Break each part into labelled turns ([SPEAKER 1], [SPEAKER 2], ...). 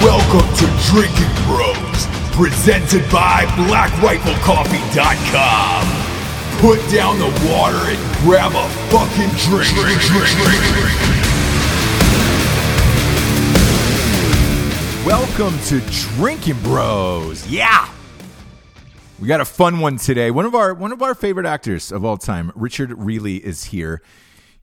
[SPEAKER 1] Welcome to Drinking Bros, presented by BlackRifleCoffee.com. Put down the water and grab a fucking drink. drink, drink, drink, drink. Welcome to Drinking Bros. Yeah. We got a fun one today. One of our one of our favorite actors of all time, Richard Reilly, is here.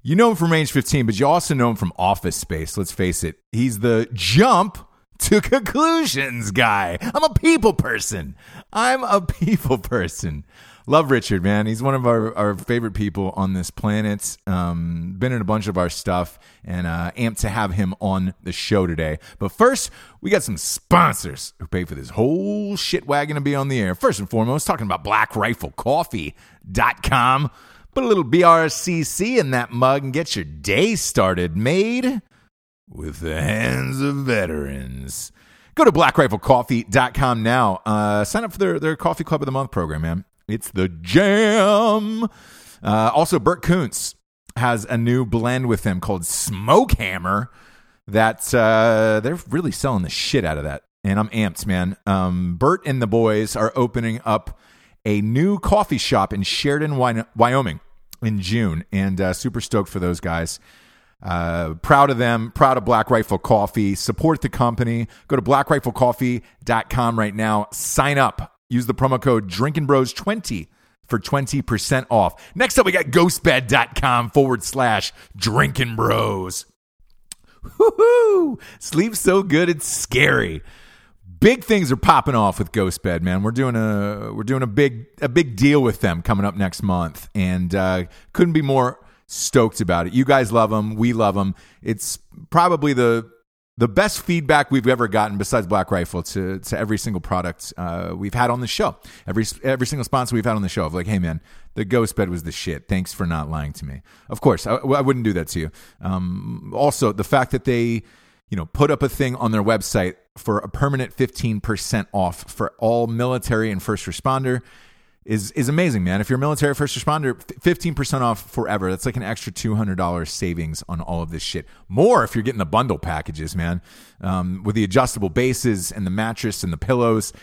[SPEAKER 1] You know him from Range 15, but you also know him from Office Space. Let's face it, he's the jump to conclusions guy. I'm a people person. I'm a people person. Love Richard, man. He's one of our, our favorite people on this planet. Um, been in a bunch of our stuff and uh, amped to have him on the show today. But first, we got some sponsors who pay for this whole shit wagon to be on the air. First and foremost, talking about blackriflecoffee.com. Put a little BRCC in that mug and get your day started, made with the hands of veterans. Go to blackriflecoffee.com now. Uh, sign up for their, their Coffee Club of the Month program, man. It's the jam. Uh, also, Burt Koontz has a new blend with them called Smoke Hammer that uh, they're really selling the shit out of that. And I'm amped, man. Um, Bert and the boys are opening up a new coffee shop in Sheridan, Wy- Wyoming in June. And uh, super stoked for those guys. Uh, proud of them, proud of Black Rifle Coffee. Support the company. Go to blackriflecoffee.com right now. Sign up. Use the promo code Drinking Bros 20 for 20% off. Next up, we got ghostbed.com forward slash Drinking Bros. Woohoo! Sleep so good it's scary. Big things are popping off with Ghost Bed, man. We're doing a we're doing a big a big deal with them coming up next month, and uh, couldn't be more stoked about it. You guys love them, we love them. It's probably the the best feedback we've ever gotten, besides Black Rifle, to to every single product uh, we've had on the show, every every single sponsor we've had on the show, of like, hey man, the Ghost Bed was the shit. Thanks for not lying to me. Of course, I, I wouldn't do that to you. Um, also, the fact that they you know, put up a thing on their website for a permanent 15% off for all military and first responder is is amazing, man. If you're a military first responder, f- 15% off forever. That's like an extra $200 savings on all of this shit. More if you're getting the bundle packages, man, um, with the adjustable bases and the mattress and the pillows.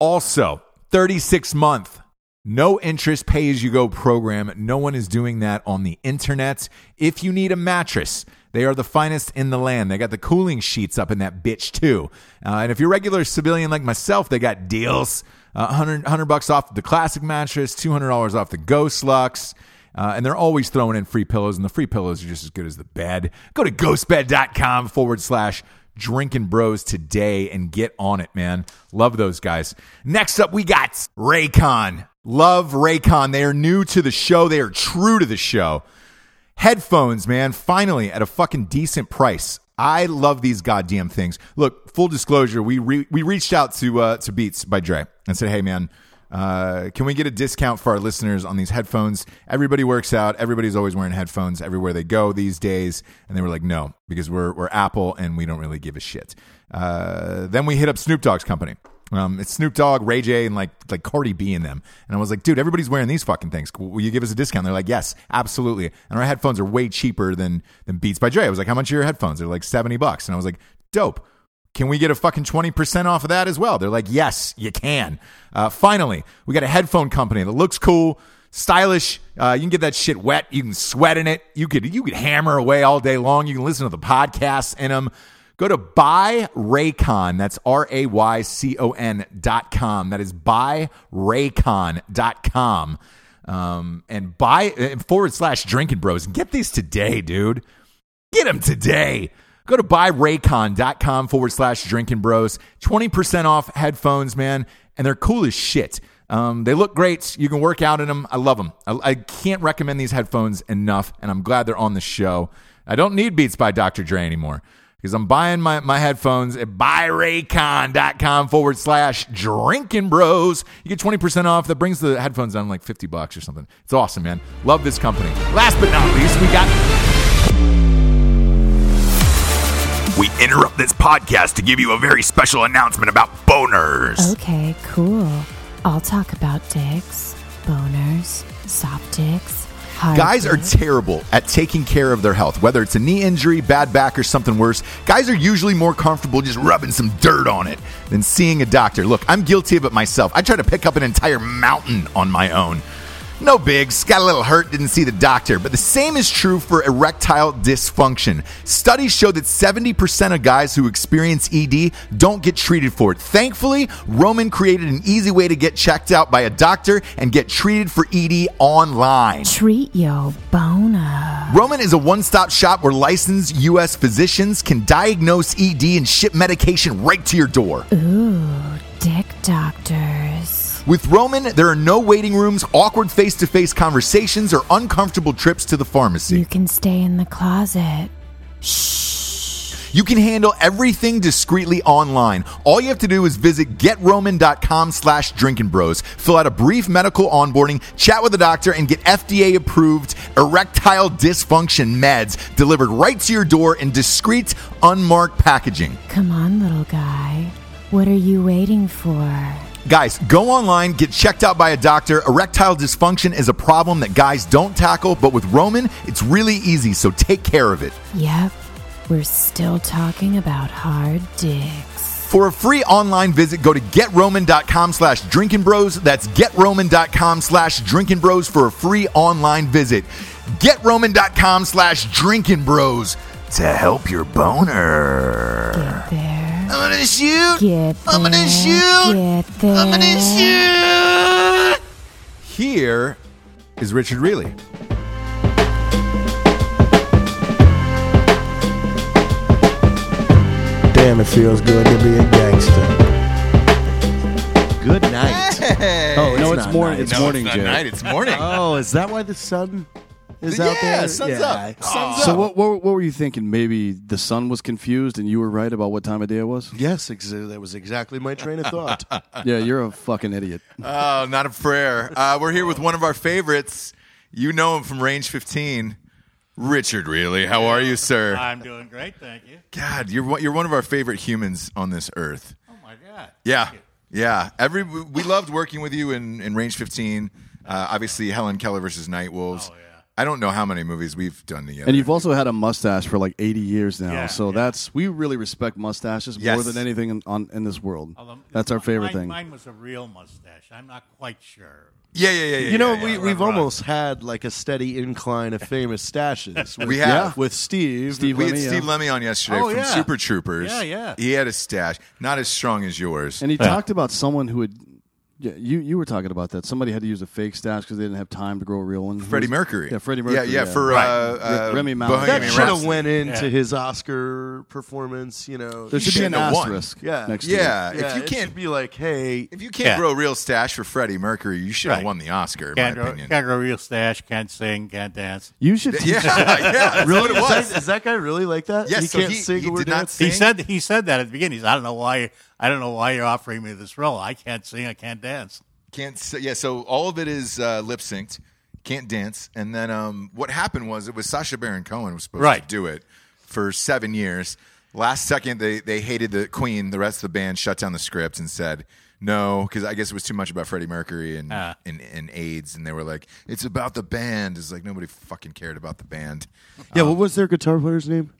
[SPEAKER 1] Also, 36 month no interest pay as you go program. No one is doing that on the internet. If you need a mattress, they are the finest in the land. They got the cooling sheets up in that bitch too. Uh, and if you're a regular civilian like myself, they got deals. Uh, 100, 100 bucks off the classic mattress, $200 off the Ghost Lux. Uh, and they're always throwing in free pillows, and the free pillows are just as good as the bed. Go to ghostbed.com forward slash drinking bros today and get on it, man. Love those guys. Next up, we got Raycon. Love Raycon. They are new to the show, they are true to the show. Headphones, man, finally at a fucking decent price. I love these goddamn things. Look, full disclosure, we re- we reached out to uh, to Beats by Dre and said, "Hey, man, uh, can we get a discount for our listeners on these headphones? Everybody works out. Everybody's always wearing headphones everywhere they go these days." And they were like, "No, because we're we're Apple and we don't really give a shit." Uh, then we hit up Snoop Dogg's company. Um, it's Snoop Dogg, Ray J, and like like Cardi B in them. And I was like, dude, everybody's wearing these fucking things. Will you give us a discount? They're like, yes, absolutely. And our headphones are way cheaper than than Beats by Dre. I was like, how much are your headphones? They're like seventy bucks. And I was like, dope. Can we get a fucking 20% off of that as well? They're like, yes, you can. Uh, finally, we got a headphone company that looks cool, stylish. Uh, you can get that shit wet. You can sweat in it. You could, you could hammer away all day long. You can listen to the podcasts in them. Go to buyraycon. That's R A Y C O N dot com. That is buyraycon dot com. Um, and buy uh, forward slash drinking bros. Get these today, dude. Get them today. Go to buyraycon.com forward slash drinking bros. 20% off headphones, man. And they're cool as shit. Um, they look great. You can work out in them. I love them. I, I can't recommend these headphones enough. And I'm glad they're on the show. I don't need Beats by Dr. Dre anymore because I'm buying my, my headphones at buyraycon.com forward slash drinking bros. You get 20% off. That brings the headphones down like 50 bucks or something. It's awesome, man. Love this company. Last but not least, we got
[SPEAKER 2] We interrupt this podcast to give you a very special announcement about boners.
[SPEAKER 3] Okay, cool. I'll talk about dicks, boners, soft dicks, Hi,
[SPEAKER 1] Guys are
[SPEAKER 3] Phil.
[SPEAKER 1] terrible at taking care of their health, whether it's a knee injury, bad back, or something worse. Guys are usually more comfortable just rubbing some dirt on it than seeing a doctor. Look, I'm guilty of it myself. I try to pick up an entire mountain on my own. No bigs, got a little hurt, didn't see the doctor. But the same is true for erectile dysfunction. Studies show that 70% of guys who experience ED don't get treated for it. Thankfully, Roman created an easy way to get checked out by a doctor and get treated for ED online.
[SPEAKER 3] Treat your boner.
[SPEAKER 1] Roman is a one stop shop where licensed U.S. physicians can diagnose ED and ship medication right to your door.
[SPEAKER 3] Dick doctors.
[SPEAKER 1] With Roman, there are no waiting rooms, awkward face to face conversations, or uncomfortable trips to the
[SPEAKER 3] You
[SPEAKER 1] pharmacy.
[SPEAKER 3] can stay in the closet.
[SPEAKER 1] You can handle everything discreetly online. All you have to do is visit getroman.com slash drinking bros, fill out a brief medical onboarding, chat with a doctor, and get FDA approved erectile dysfunction meds delivered right to your door in discreet, unmarked packaging.
[SPEAKER 3] Come on, little guy. What are you waiting for?
[SPEAKER 1] Guys, go online, get checked out by a doctor. Erectile dysfunction is a problem that guys don't tackle, but with Roman, it's really easy, so take care of it.
[SPEAKER 3] Yep, we're still talking about hard dicks.
[SPEAKER 1] For a free online visit, go to getroman.com slash drinking bros. That's getroman.com slash drinking bros for a free online visit. Getroman.com slash drinking bros to help your boner.
[SPEAKER 3] Get there.
[SPEAKER 1] I'm gonna shoot.
[SPEAKER 3] Get there.
[SPEAKER 1] I'm gonna shoot.
[SPEAKER 3] Get there.
[SPEAKER 1] I'm gonna shoot. Here is Richard Reilly.
[SPEAKER 4] Damn, it feels good to be a gangster.
[SPEAKER 5] Good night. oh no, it's, morning. It's morning, Jay.
[SPEAKER 1] It's morning.
[SPEAKER 5] Oh, is that why the sun is out
[SPEAKER 1] Yeah,
[SPEAKER 5] there?
[SPEAKER 1] sun's up. Sun's
[SPEAKER 5] So
[SPEAKER 1] up.
[SPEAKER 5] what, what what were you thinking? Maybe the sun was confused and you were right about what time of day it was.
[SPEAKER 4] Yes, ex- that was exactly my train of thought.
[SPEAKER 5] yeah, you're a fucking idiot.
[SPEAKER 1] Oh, not a prayer. Uh, we're here with one of our favorites. You know him from Range 15, Richard. Really, how are you, sir?
[SPEAKER 6] I'm doing great, thank you.
[SPEAKER 1] God, you're one- you're one of our favorite humans on this earth.
[SPEAKER 6] Oh my god.
[SPEAKER 1] Yeah, yeah. Every we loved working with you in in Range 15. Uh, obviously, Helen Keller versus Night Wolves.
[SPEAKER 6] Oh, yeah.
[SPEAKER 1] I don't know how many movies we've done together.
[SPEAKER 5] And you've also had a mustache for like 80 years now,
[SPEAKER 6] Yeah,
[SPEAKER 5] so
[SPEAKER 6] yeah.
[SPEAKER 5] that's we really respect mustaches more
[SPEAKER 1] Yes.
[SPEAKER 5] than anything in, on in this world.
[SPEAKER 6] Although-
[SPEAKER 5] that's our favorite
[SPEAKER 6] um, mine,
[SPEAKER 5] thing.
[SPEAKER 6] Mine was a real mustache. I'm not quite sure.
[SPEAKER 1] yeah, yeah, yeah, yeah.
[SPEAKER 4] You know,
[SPEAKER 1] yeah,
[SPEAKER 4] we,
[SPEAKER 1] yeah.
[SPEAKER 4] we've
[SPEAKER 6] right.
[SPEAKER 4] almost had like a steady incline of famous stashes. With,
[SPEAKER 1] We have.
[SPEAKER 4] with Steve.
[SPEAKER 5] Steve
[SPEAKER 1] we had
[SPEAKER 5] Lemme, yeah.
[SPEAKER 1] Steve Lemmy on yesterday
[SPEAKER 4] Oh,
[SPEAKER 1] from
[SPEAKER 4] yeah.
[SPEAKER 1] Super Troopers.
[SPEAKER 6] Yeah, yeah.
[SPEAKER 1] He had a stash, not as strong as yours.
[SPEAKER 5] And he talked about someone who had. Yeah, you, you were talking about that. Somebody had to use a fake stash because they didn't have time to grow a real one.
[SPEAKER 1] Freddie
[SPEAKER 5] Who's-
[SPEAKER 1] Mercury.
[SPEAKER 5] Yeah, Freddie Mercury.
[SPEAKER 1] Yeah, yeah, for
[SPEAKER 5] Right.
[SPEAKER 1] uh, uh,
[SPEAKER 5] Remy Ma.
[SPEAKER 1] Bohemian
[SPEAKER 4] that
[SPEAKER 5] That
[SPEAKER 4] should have
[SPEAKER 1] Rhapsody.
[SPEAKER 4] went into
[SPEAKER 6] Yeah.
[SPEAKER 4] his Oscar performance. You know,
[SPEAKER 5] there should be an
[SPEAKER 1] shouldn't have won.
[SPEAKER 5] asterisk.
[SPEAKER 4] Yeah.
[SPEAKER 5] next to it.
[SPEAKER 1] Yeah,
[SPEAKER 4] Yeah,
[SPEAKER 1] if you
[SPEAKER 4] it
[SPEAKER 1] can't
[SPEAKER 4] should be like, hey,
[SPEAKER 1] if you can't
[SPEAKER 6] Yeah.
[SPEAKER 1] grow a real stash for Freddie Mercury, you should have
[SPEAKER 6] Right.
[SPEAKER 1] won the Oscar. In
[SPEAKER 6] Can't
[SPEAKER 1] my
[SPEAKER 6] grow,
[SPEAKER 1] opinion.
[SPEAKER 6] can't grow a real stash. Can't sing. Can't dance.
[SPEAKER 5] You should.
[SPEAKER 1] Yeah, yeah, that's
[SPEAKER 4] really,
[SPEAKER 1] what it
[SPEAKER 4] is,
[SPEAKER 1] was.
[SPEAKER 4] that, is that guy really like that?
[SPEAKER 1] Yes,
[SPEAKER 4] he
[SPEAKER 1] so
[SPEAKER 4] can't
[SPEAKER 1] he-
[SPEAKER 4] sing
[SPEAKER 1] he
[SPEAKER 4] or
[SPEAKER 1] did not
[SPEAKER 4] dance?
[SPEAKER 1] sing.
[SPEAKER 6] He said he said that at the beginning. He said, I don't know why. I don't know why you're offering me this role. I can't sing. I can't dance.
[SPEAKER 1] Can't s- yeah. So all of it is uh, lip synced. Can't dance. And then um, what happened was it was Sasha Baron Cohen was supposed to
[SPEAKER 6] Right.
[SPEAKER 1] do it for seven years. Last second, they they hated the Queen. The rest of the band shut down the script and said no because I guess it was too much about Freddie Mercury and,
[SPEAKER 6] Ah.
[SPEAKER 1] and and AIDS. And they were like, it's about the band. It's like nobody fucking cared about the band.
[SPEAKER 5] yeah. What was their guitar player's name?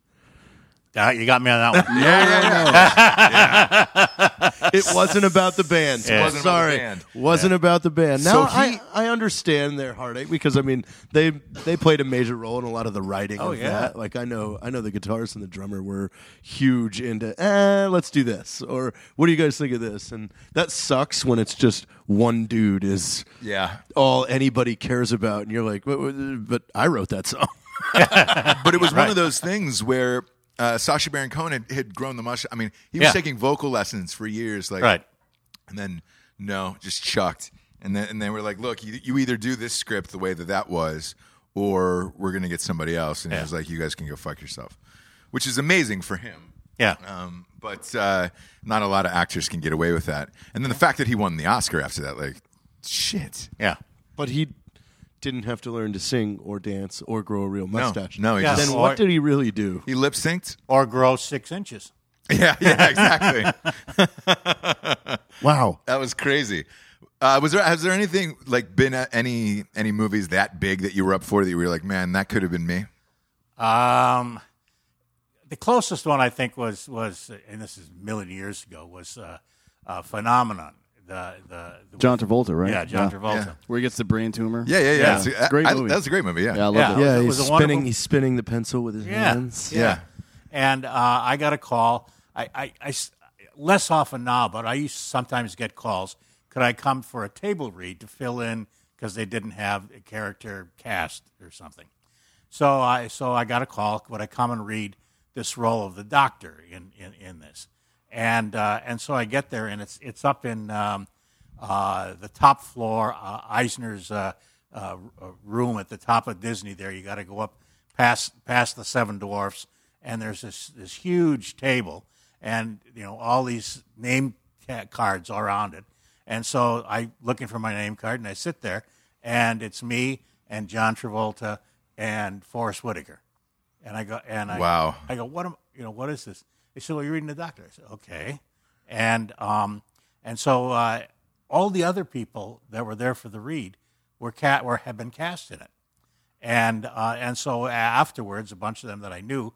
[SPEAKER 6] Ah, you got me on that one.
[SPEAKER 1] Yeah, yeah, yeah.
[SPEAKER 4] It wasn't about the band.
[SPEAKER 6] Yeah.
[SPEAKER 1] Wasn't about
[SPEAKER 4] Sorry,
[SPEAKER 1] the band.
[SPEAKER 4] wasn't about the band.
[SPEAKER 1] So
[SPEAKER 4] Now
[SPEAKER 1] he-
[SPEAKER 4] I, I understand their heartache because I mean they they played a major role in a lot of the writing.
[SPEAKER 6] Oh,
[SPEAKER 4] of
[SPEAKER 6] yeah.
[SPEAKER 4] that. like I know I know the guitarist and the drummer were huge into. Eh, let's do this or what do you guys think of this? And that sucks when it's just one dude is
[SPEAKER 1] yeah.
[SPEAKER 4] all anybody cares about, and you're like, "But- but but I wrote that song.
[SPEAKER 1] But it was one of those things where uh, Sasha Baron Cohen had, had grown the mustache. I mean, he was
[SPEAKER 6] Yeah.
[SPEAKER 1] taking vocal lessons for years, like,
[SPEAKER 6] Right.
[SPEAKER 1] and then no, just chucked. And then and they were like, "Look, you, you either do this script the way that that was, or we're gonna get somebody else." And he was like, "You guys can go fuck yourself," which is amazing for him.
[SPEAKER 6] Yeah.
[SPEAKER 1] Um, but uh, not a lot of actors can get away with that. And then the fact that he won the Oscar after that, like, shit.
[SPEAKER 6] Yeah.
[SPEAKER 4] But he didn't have to learn to sing or dance or grow a real mustache.
[SPEAKER 1] no, he
[SPEAKER 6] Yeah.
[SPEAKER 1] just
[SPEAKER 4] Then
[SPEAKER 6] Or-
[SPEAKER 4] what did he really do?
[SPEAKER 1] he lip synced.
[SPEAKER 6] Or grow six inches.
[SPEAKER 1] Yeah, yeah, exactly.
[SPEAKER 4] Wow.
[SPEAKER 1] That was crazy. Uh, was there has there anything like been uh, any any movies that big that you were up for that you were like, man, that could have been me?
[SPEAKER 6] Um, the closest one I think was was, and this is a million years ago, was uh, uh, Phenomenon. The the, the
[SPEAKER 5] John Travolta, right?
[SPEAKER 6] yeah John Travolta.
[SPEAKER 5] Where he gets the brain tumor.
[SPEAKER 1] Yeah, yeah, yeah.
[SPEAKER 5] Yeah,
[SPEAKER 1] It's-
[SPEAKER 5] it's
[SPEAKER 1] I-
[SPEAKER 5] a great
[SPEAKER 1] I-
[SPEAKER 5] movie.
[SPEAKER 1] That's a great movie. Yeah,
[SPEAKER 5] Yeah, I love
[SPEAKER 6] Yeah.
[SPEAKER 5] that.
[SPEAKER 4] Yeah,
[SPEAKER 6] It
[SPEAKER 4] he's
[SPEAKER 6] was a
[SPEAKER 4] spinning.
[SPEAKER 6] wonderful-
[SPEAKER 4] He's spinning the pencil with his
[SPEAKER 6] Yeah.
[SPEAKER 4] hands.
[SPEAKER 1] Yeah.
[SPEAKER 6] And uh, I got a call. I, I- I s- less often now, but I used to sometimes get calls. Could I come for a table read to fill in because they didn't have a character cast or something? So I so I got a call. Would I come and read this role of the doctor in in, in this? And uh, and so I get there, and it's it's up in um, uh, the top floor, uh, Eisner's uh, uh, r- room at the top of Disney. There, you got to go up past past the Seven Dwarfs, and there's this this huge table, and you know all these name ca- cards all around it. And so I looking for my name card, and I sit there, and it's me and John Travolta and Forrest Whitaker, and I go and I
[SPEAKER 1] Wow.
[SPEAKER 6] I go what am you know what is this? They said, well, you're reading the doctor. I said, okay, and um and so uh, all the other people that were there for the read were cat were had been cast in it, and uh, and so afterwards, a bunch of them that I knew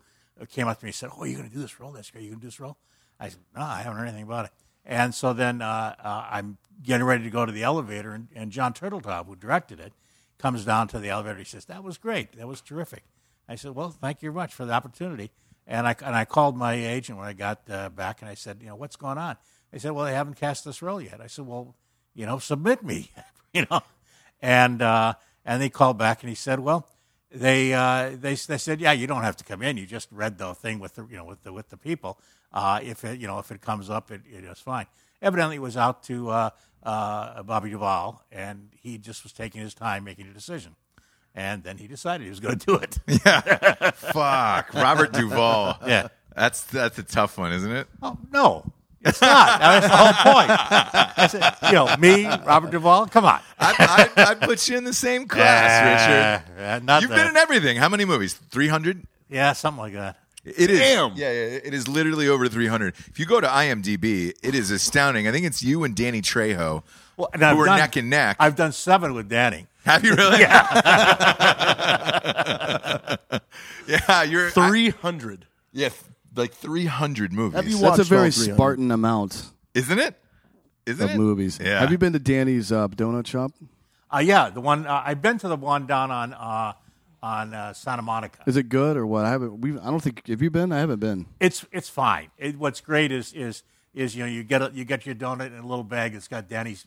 [SPEAKER 6] came up to me and said, "Oh, you're going to do this role this year? You going to do this role?" I said, "No, I haven't heard anything about it." And so then uh, uh, I'm getting ready to go to the elevator, and, and John Turteltaub, who directed it, comes down to the elevator. He says, "That was great. That was terrific." I said, "Well, thank you very much for the opportunity." And I and I called my agent when I got uh, back, and I said, "You know what's going on?" They said, "Well, they haven't cast this role yet." I said, "Well, you know, submit me, you know." and uh, and they called back and he said, "Well, they uh, they they said, yeah, you don't have to come in. You just read the thing with the you know with the with the people. Uh, if it you know if it comes up, it, it is fine." Evidently, it was out to uh, uh, Bobby Duvall, and he just was taking his time making a decision. And then he decided he was going to do it.
[SPEAKER 1] Fuck, Robert Duvall.
[SPEAKER 6] Yeah.
[SPEAKER 1] that's that's a tough one, isn't it?
[SPEAKER 6] Oh no, it's not. Now, That's the whole point. I said, you know, me, Robert Duvall. Come on,
[SPEAKER 1] I, I, I'd put you in the same class, Richard.
[SPEAKER 6] Uh, uh, not
[SPEAKER 1] You've
[SPEAKER 6] that.
[SPEAKER 1] been in everything. How many movies? Three hundred.
[SPEAKER 6] yeah, something like that.
[SPEAKER 1] It is.
[SPEAKER 4] Damn.
[SPEAKER 1] Yeah, yeah, it is literally over 300. If you go to IMDb, it is astounding. I think it's you and Danny Trejo
[SPEAKER 6] Well, and
[SPEAKER 1] who
[SPEAKER 6] I've
[SPEAKER 1] are
[SPEAKER 6] done-
[SPEAKER 1] neck and neck.
[SPEAKER 6] I've done seven with Danny.
[SPEAKER 1] Have you really? Yeah. yeah, you're I-
[SPEAKER 4] Three hundred.
[SPEAKER 1] yeah, th- like 300 movies.
[SPEAKER 4] Have you
[SPEAKER 5] That's a
[SPEAKER 4] watched all
[SPEAKER 5] very
[SPEAKER 4] 300?
[SPEAKER 5] Spartan amount
[SPEAKER 1] Isn't it? Isn't
[SPEAKER 5] of
[SPEAKER 1] it?
[SPEAKER 5] movies.
[SPEAKER 1] Yeah.
[SPEAKER 5] Have you been to Danny's uh, donut shop?
[SPEAKER 6] Uh, yeah, the one uh, I've been to the one down on uh, on uh, Santa Monica.
[SPEAKER 5] Is it good or what? I haven't. We. I don't think. Have you been? I haven't been.
[SPEAKER 6] It's it's fine. It, what's great is is is you know you get a, you get your donut in a little bag that's got Danny's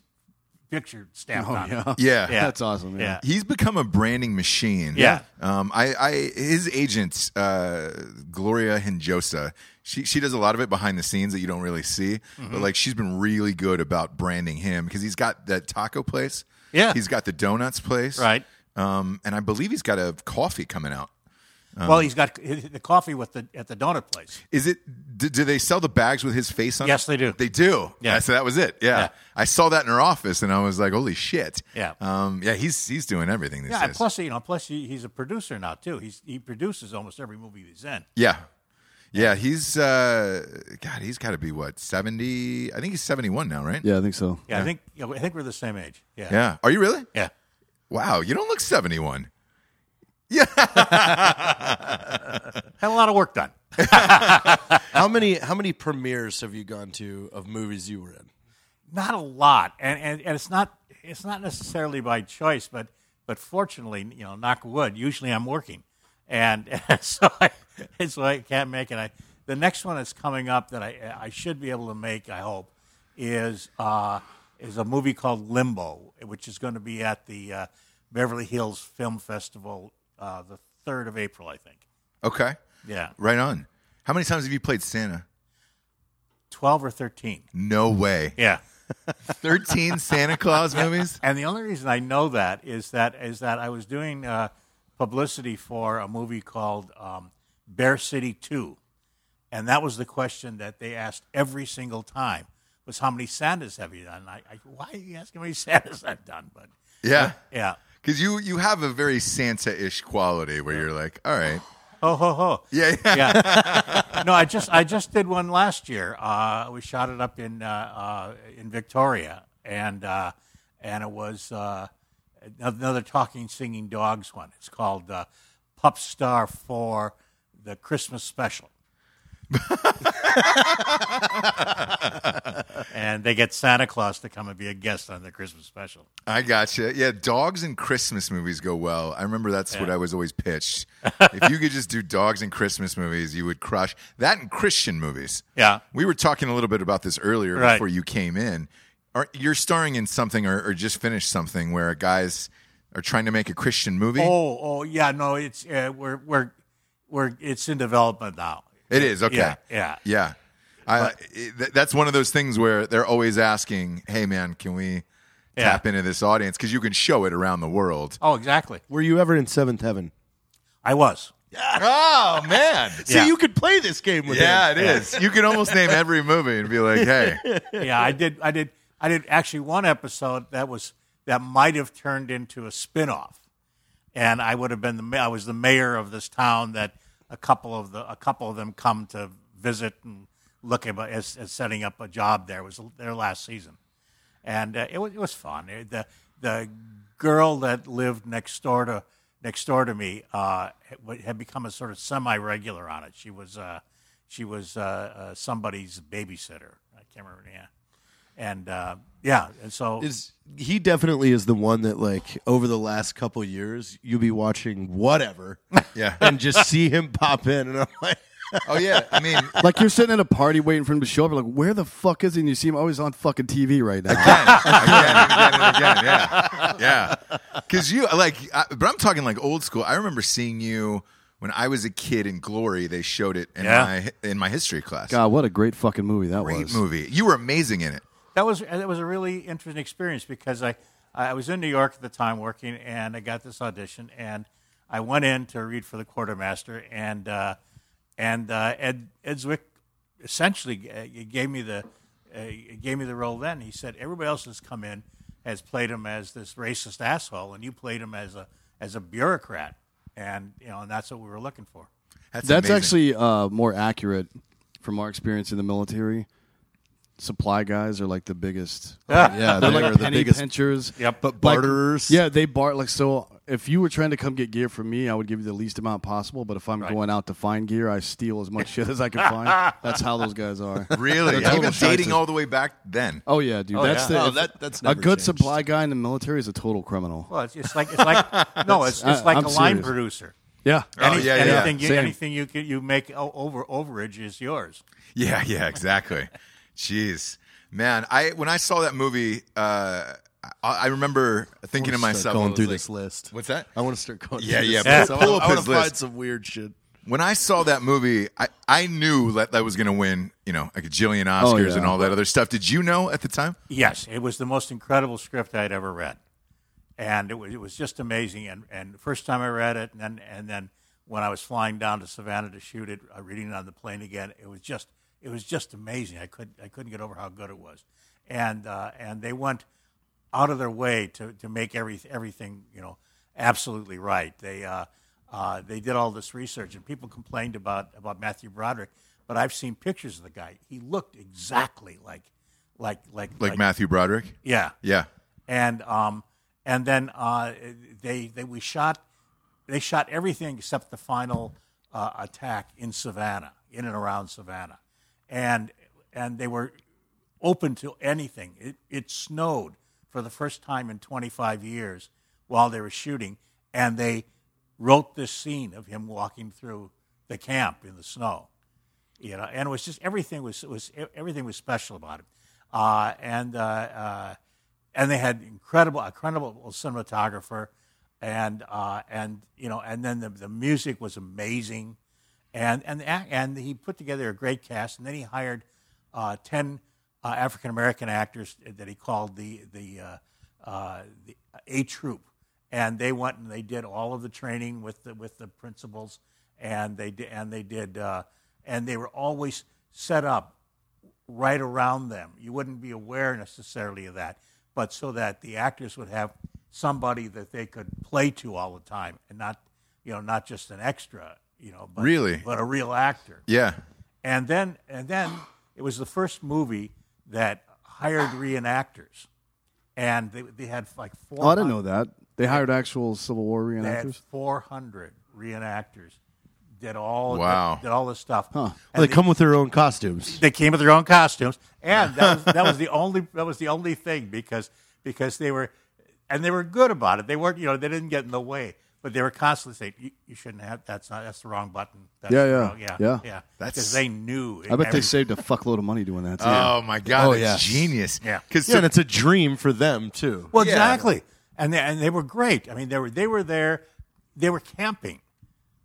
[SPEAKER 6] picture stamped on it.
[SPEAKER 1] Yeah.
[SPEAKER 6] Yeah.
[SPEAKER 5] That's awesome. Yeah.
[SPEAKER 6] Yeah.
[SPEAKER 1] He's become a branding machine.
[SPEAKER 6] Yeah.
[SPEAKER 1] Um, I, I, his agent, uh, Gloria Hinjosa, she, she does a lot of it behind the scenes that you don't really see, but
[SPEAKER 6] Mm-hmm.
[SPEAKER 1] like she's been really good about branding him because he's got that taco place.
[SPEAKER 6] Yeah.
[SPEAKER 1] He's got the donuts place.
[SPEAKER 6] Right.
[SPEAKER 1] Um, and I believe he's got a coffee coming out.
[SPEAKER 6] well, he's got the coffee with the at the donut place.
[SPEAKER 1] Is it? Do, do they sell the bags with his face on?
[SPEAKER 6] Yes,
[SPEAKER 1] it?
[SPEAKER 6] they do.
[SPEAKER 1] They do. Uh,
[SPEAKER 6] Yeah.
[SPEAKER 1] So that was it. Yeah.
[SPEAKER 6] Yeah.
[SPEAKER 1] I saw that in her office, and I was like, "Holy shit!"
[SPEAKER 6] Yeah.
[SPEAKER 1] Um. Yeah. He's he's doing everything these
[SPEAKER 6] Yeah, and
[SPEAKER 1] days.
[SPEAKER 6] plus you know, plus he, he's a producer now too. He's he produces almost every movie he's in.
[SPEAKER 1] yeah. Yeah. He's uh. God, he's got to be what seventy? I think he's seventy one now, right?
[SPEAKER 5] Yeah, I think so.
[SPEAKER 6] Yeah, I think you know, I think we're the same age. Yeah,
[SPEAKER 1] Yeah. Are you really?
[SPEAKER 6] yeah.
[SPEAKER 1] Wow. You don't look seventy one.
[SPEAKER 6] Had a lot of work done.
[SPEAKER 4] How many? How many premieres have you gone to of movies you were in?
[SPEAKER 6] not a lot, and, and, and it's not it's not necessarily by choice, but but fortunately, you know, knock wood. Usually, I'm working, and, so I and so I can't make it. I the next one that's coming up that I I should be able to make. I hope is uh, is a movie called Limbo, which is going to be at the uh, Beverly Hills Film Festival uh, the third of April, I think.
[SPEAKER 1] Okay.
[SPEAKER 6] Yeah,
[SPEAKER 1] Right on. How many times have you played Santa?
[SPEAKER 6] twelve or thirteen.
[SPEAKER 1] No way.
[SPEAKER 6] Yeah.
[SPEAKER 1] Thirteen Santa Claus movies.
[SPEAKER 6] And the only reason I know that is that is that I was doing uh, publicity for a movie called um, Bear City Two, and that was the question that they asked every single time was how many Santas have you done? And I, I why are you asking how many Santas I've done? But
[SPEAKER 1] Yeah.
[SPEAKER 6] yeah,
[SPEAKER 1] Because you you have a very Santa-ish quality where you're like, all right,
[SPEAKER 6] ho ho ho.
[SPEAKER 1] yeah, yeah.
[SPEAKER 6] no, I just I just did one last year. Uh, we shot it up in uh, uh, in Victoria, and uh, and it was uh, another talking, singing dogs one. It's called uh, Pup Star for the Christmas Special. and they get Santa Claus to come and be a guest on their Christmas special.
[SPEAKER 1] I gotcha. Yeah, dogs and Christmas movies go well. I remember that's what I was always pitched. if you could just do dogs and Christmas movies, you would crush that and Christian movies.
[SPEAKER 6] Yeah.
[SPEAKER 1] We were talking a little bit about this earlier
[SPEAKER 6] Right.
[SPEAKER 1] before you came in. Are, you're starring in something or, or just finished something where guys are trying to make a Christian movie.
[SPEAKER 6] Oh, oh, yeah, no, it's uh, we're we're we're it's in development now.
[SPEAKER 1] It is okay.
[SPEAKER 6] Yeah, yeah.
[SPEAKER 1] yeah. I, it- th- that's one of those things where they're always asking, "Hey, man, can we
[SPEAKER 6] Yeah.
[SPEAKER 1] tap into this audience?" Because you can show it around the world.
[SPEAKER 6] Oh, exactly.
[SPEAKER 4] Were you ever in Seventh Heaven?
[SPEAKER 6] I was.
[SPEAKER 1] Oh man,
[SPEAKER 6] Yeah.
[SPEAKER 4] See, you could play this game with
[SPEAKER 1] yeah,
[SPEAKER 4] him.
[SPEAKER 1] it is. You can almost name every movie and be like, "Hey,
[SPEAKER 6] yeah, I did. I did. I did actually one episode that was that might have turned into a spin-off. and I would have been the ma- I was the mayor of this town that a couple of the a couple of them come to visit and look about as, as setting up a job there It was their last season, and uh, it was it was fun. It- the the girl that lived next door to next door to me uh, had- had become a sort of semi regular on it. She was uh, she was uh, uh, somebody's babysitter. I can't remember. Yeah, and uh, yeah, and so
[SPEAKER 4] is he definitely is the one that like over the last couple years you'll be watching whatever
[SPEAKER 1] Yeah.
[SPEAKER 4] and just see him pop in and i'm like
[SPEAKER 1] oh yeah." I mean,
[SPEAKER 5] Like you're sitting at a party waiting for him to show up. You're like, where the fuck is he? And you see him always on fucking TV right now.
[SPEAKER 1] again, again, and again, and again. Yeah, yeah. Because you like, I, but I'm talking like old school. I remember seeing you when I was a kid in Glory. They showed it in
[SPEAKER 6] Yeah.
[SPEAKER 1] my in my history class.
[SPEAKER 5] God, what a great fucking movie that
[SPEAKER 1] Great
[SPEAKER 5] was.
[SPEAKER 1] movie. You were amazing in it.
[SPEAKER 6] that was that was a really interesting experience because I I was in New York at the time working and I got this audition and I went in to read for the quartermaster and uh, and uh, Ed Ed Zwick essentially uh, gave me the uh, gave me the role then he said everybody else has come in has played him as this racist asshole and you played him as a as a bureaucrat and you know and that's what we were looking for
[SPEAKER 1] That's,
[SPEAKER 5] That's
[SPEAKER 1] amazing.
[SPEAKER 5] actually uh, more accurate from our experience in the military. Supply guys are like the biggest.
[SPEAKER 4] yeah
[SPEAKER 5] They're like penny pinchers.
[SPEAKER 6] Yep.
[SPEAKER 4] but
[SPEAKER 5] Like-
[SPEAKER 4] barterers
[SPEAKER 5] yeah, they bar like so. If you were trying to come get gear from me, I would give you the least amount possible. But if I'm going out to find gear, I steal as much shit as I can find. That's how those guys are.
[SPEAKER 1] really
[SPEAKER 5] They're
[SPEAKER 1] even
[SPEAKER 5] total
[SPEAKER 1] dating
[SPEAKER 5] shysters.
[SPEAKER 1] all the way back then.
[SPEAKER 5] Oh yeah, dude. that's
[SPEAKER 4] yeah.
[SPEAKER 5] the
[SPEAKER 4] Oh,
[SPEAKER 5] if-
[SPEAKER 4] that- that's
[SPEAKER 5] a
[SPEAKER 4] never
[SPEAKER 5] good
[SPEAKER 4] changed.
[SPEAKER 5] supply guy in the military is a total criminal.
[SPEAKER 6] well it's, it's like it's like no it's it's
[SPEAKER 5] I-
[SPEAKER 6] like
[SPEAKER 5] uh, I'm
[SPEAKER 6] a line
[SPEAKER 5] serious.
[SPEAKER 6] producer
[SPEAKER 5] Yeah.
[SPEAKER 1] Oh,
[SPEAKER 6] Any-
[SPEAKER 1] yeah, yeah.
[SPEAKER 6] anything you
[SPEAKER 5] Same.
[SPEAKER 6] anything you can, you make o- over overage is yours.
[SPEAKER 1] Yeah, yeah, exactly. Jeez, man. I when I saw that movie, uh, I, I remember thinking to myself, I
[SPEAKER 4] going
[SPEAKER 1] was
[SPEAKER 4] through
[SPEAKER 1] like,
[SPEAKER 4] this list
[SPEAKER 1] What's that?
[SPEAKER 4] i want to start going
[SPEAKER 1] Yeah,
[SPEAKER 4] through
[SPEAKER 1] yeah, pull-
[SPEAKER 4] this list. I wanna-
[SPEAKER 1] pull up
[SPEAKER 4] I wanna
[SPEAKER 1] his list.
[SPEAKER 4] find some weird shit
[SPEAKER 1] when I saw that movie, I, I knew that that was going to win, you know, like a gajillion Oscars
[SPEAKER 5] Oh, yeah.
[SPEAKER 1] and all that other stuff. Did you know at the time?
[SPEAKER 6] Yes, it was the most incredible script I'd ever read, and it was it was just amazing. And and the first time I read it, and then and then when I was flying down to Savannah to shoot it, uh, reading it on the plane again, it was just it was just amazing. I could I couldn't get over how good it was, and uh, and they went out of their way to, to make every, everything you know absolutely right. They uh, uh, they did all this research, and people complained about about Matthew Broderick, but I've seen pictures of the guy. He looked exactly like like like
[SPEAKER 1] Like Matthew Broderick?
[SPEAKER 6] yeah
[SPEAKER 1] Yeah.
[SPEAKER 6] and um and then uh, they they we shot they shot everything except the final uh, attack in Savannah, in and around Savannah, and and they were open to anything. It it snowed for the first time in 25 years while they were shooting, and they wrote this scene of him walking through the camp in the snow you know, and it was just everything was was e, everything was special about it, uh, and uh, uh, and they had incredible incredible cinematographer, and uh, and you know, and then the, the music was amazing, and and the ac- and he put together a great cast, and then he hired uh, ten uh, African American actors that he called the the uh, uh, the A Troop, and they went and they did all of the training with the with the principals, and they did and they did uh, and they were always set up right around them. You wouldn't be aware necessarily of that, but so that the actors would have somebody that they could play to all the time, and not you know not just an extra, you know, but,
[SPEAKER 1] Really?
[SPEAKER 6] but a real actor.
[SPEAKER 1] Yeah.
[SPEAKER 6] And then and then it was the first movie that hired reenactors and they, they had like four.
[SPEAKER 5] Oh, I didn't know that. They hired actual Civil War
[SPEAKER 6] They had
[SPEAKER 5] reenactors.
[SPEAKER 6] four hundred reenactors. Did all
[SPEAKER 1] Wow.
[SPEAKER 6] did, all this stuff. And
[SPEAKER 4] Well, they
[SPEAKER 6] the-
[SPEAKER 4] come with their own costumes.
[SPEAKER 6] they came with their own costumes, and that was, that was the only that was the only thing because because they were and they were good about it. They weren't you know they didn't get in the way, but they were constantly saying you, you shouldn't have that's not that's the wrong button. That's
[SPEAKER 5] Yeah,
[SPEAKER 6] the
[SPEAKER 5] yeah,
[SPEAKER 6] wrong- yeah,
[SPEAKER 5] yeah.
[SPEAKER 6] yeah.
[SPEAKER 1] That's-
[SPEAKER 6] Because they knew.
[SPEAKER 5] I bet they
[SPEAKER 6] every-
[SPEAKER 5] saved a fuckload of money doing that. Too.
[SPEAKER 1] Oh my god,
[SPEAKER 5] Oh,
[SPEAKER 1] that's
[SPEAKER 5] yes.
[SPEAKER 1] genius.
[SPEAKER 6] Yeah.
[SPEAKER 1] Cuz
[SPEAKER 4] Yeah, and it's a dream for them too.
[SPEAKER 6] Well,
[SPEAKER 1] Yeah.
[SPEAKER 6] exactly, and they, and they were great. I mean, they were they were there, they were camping.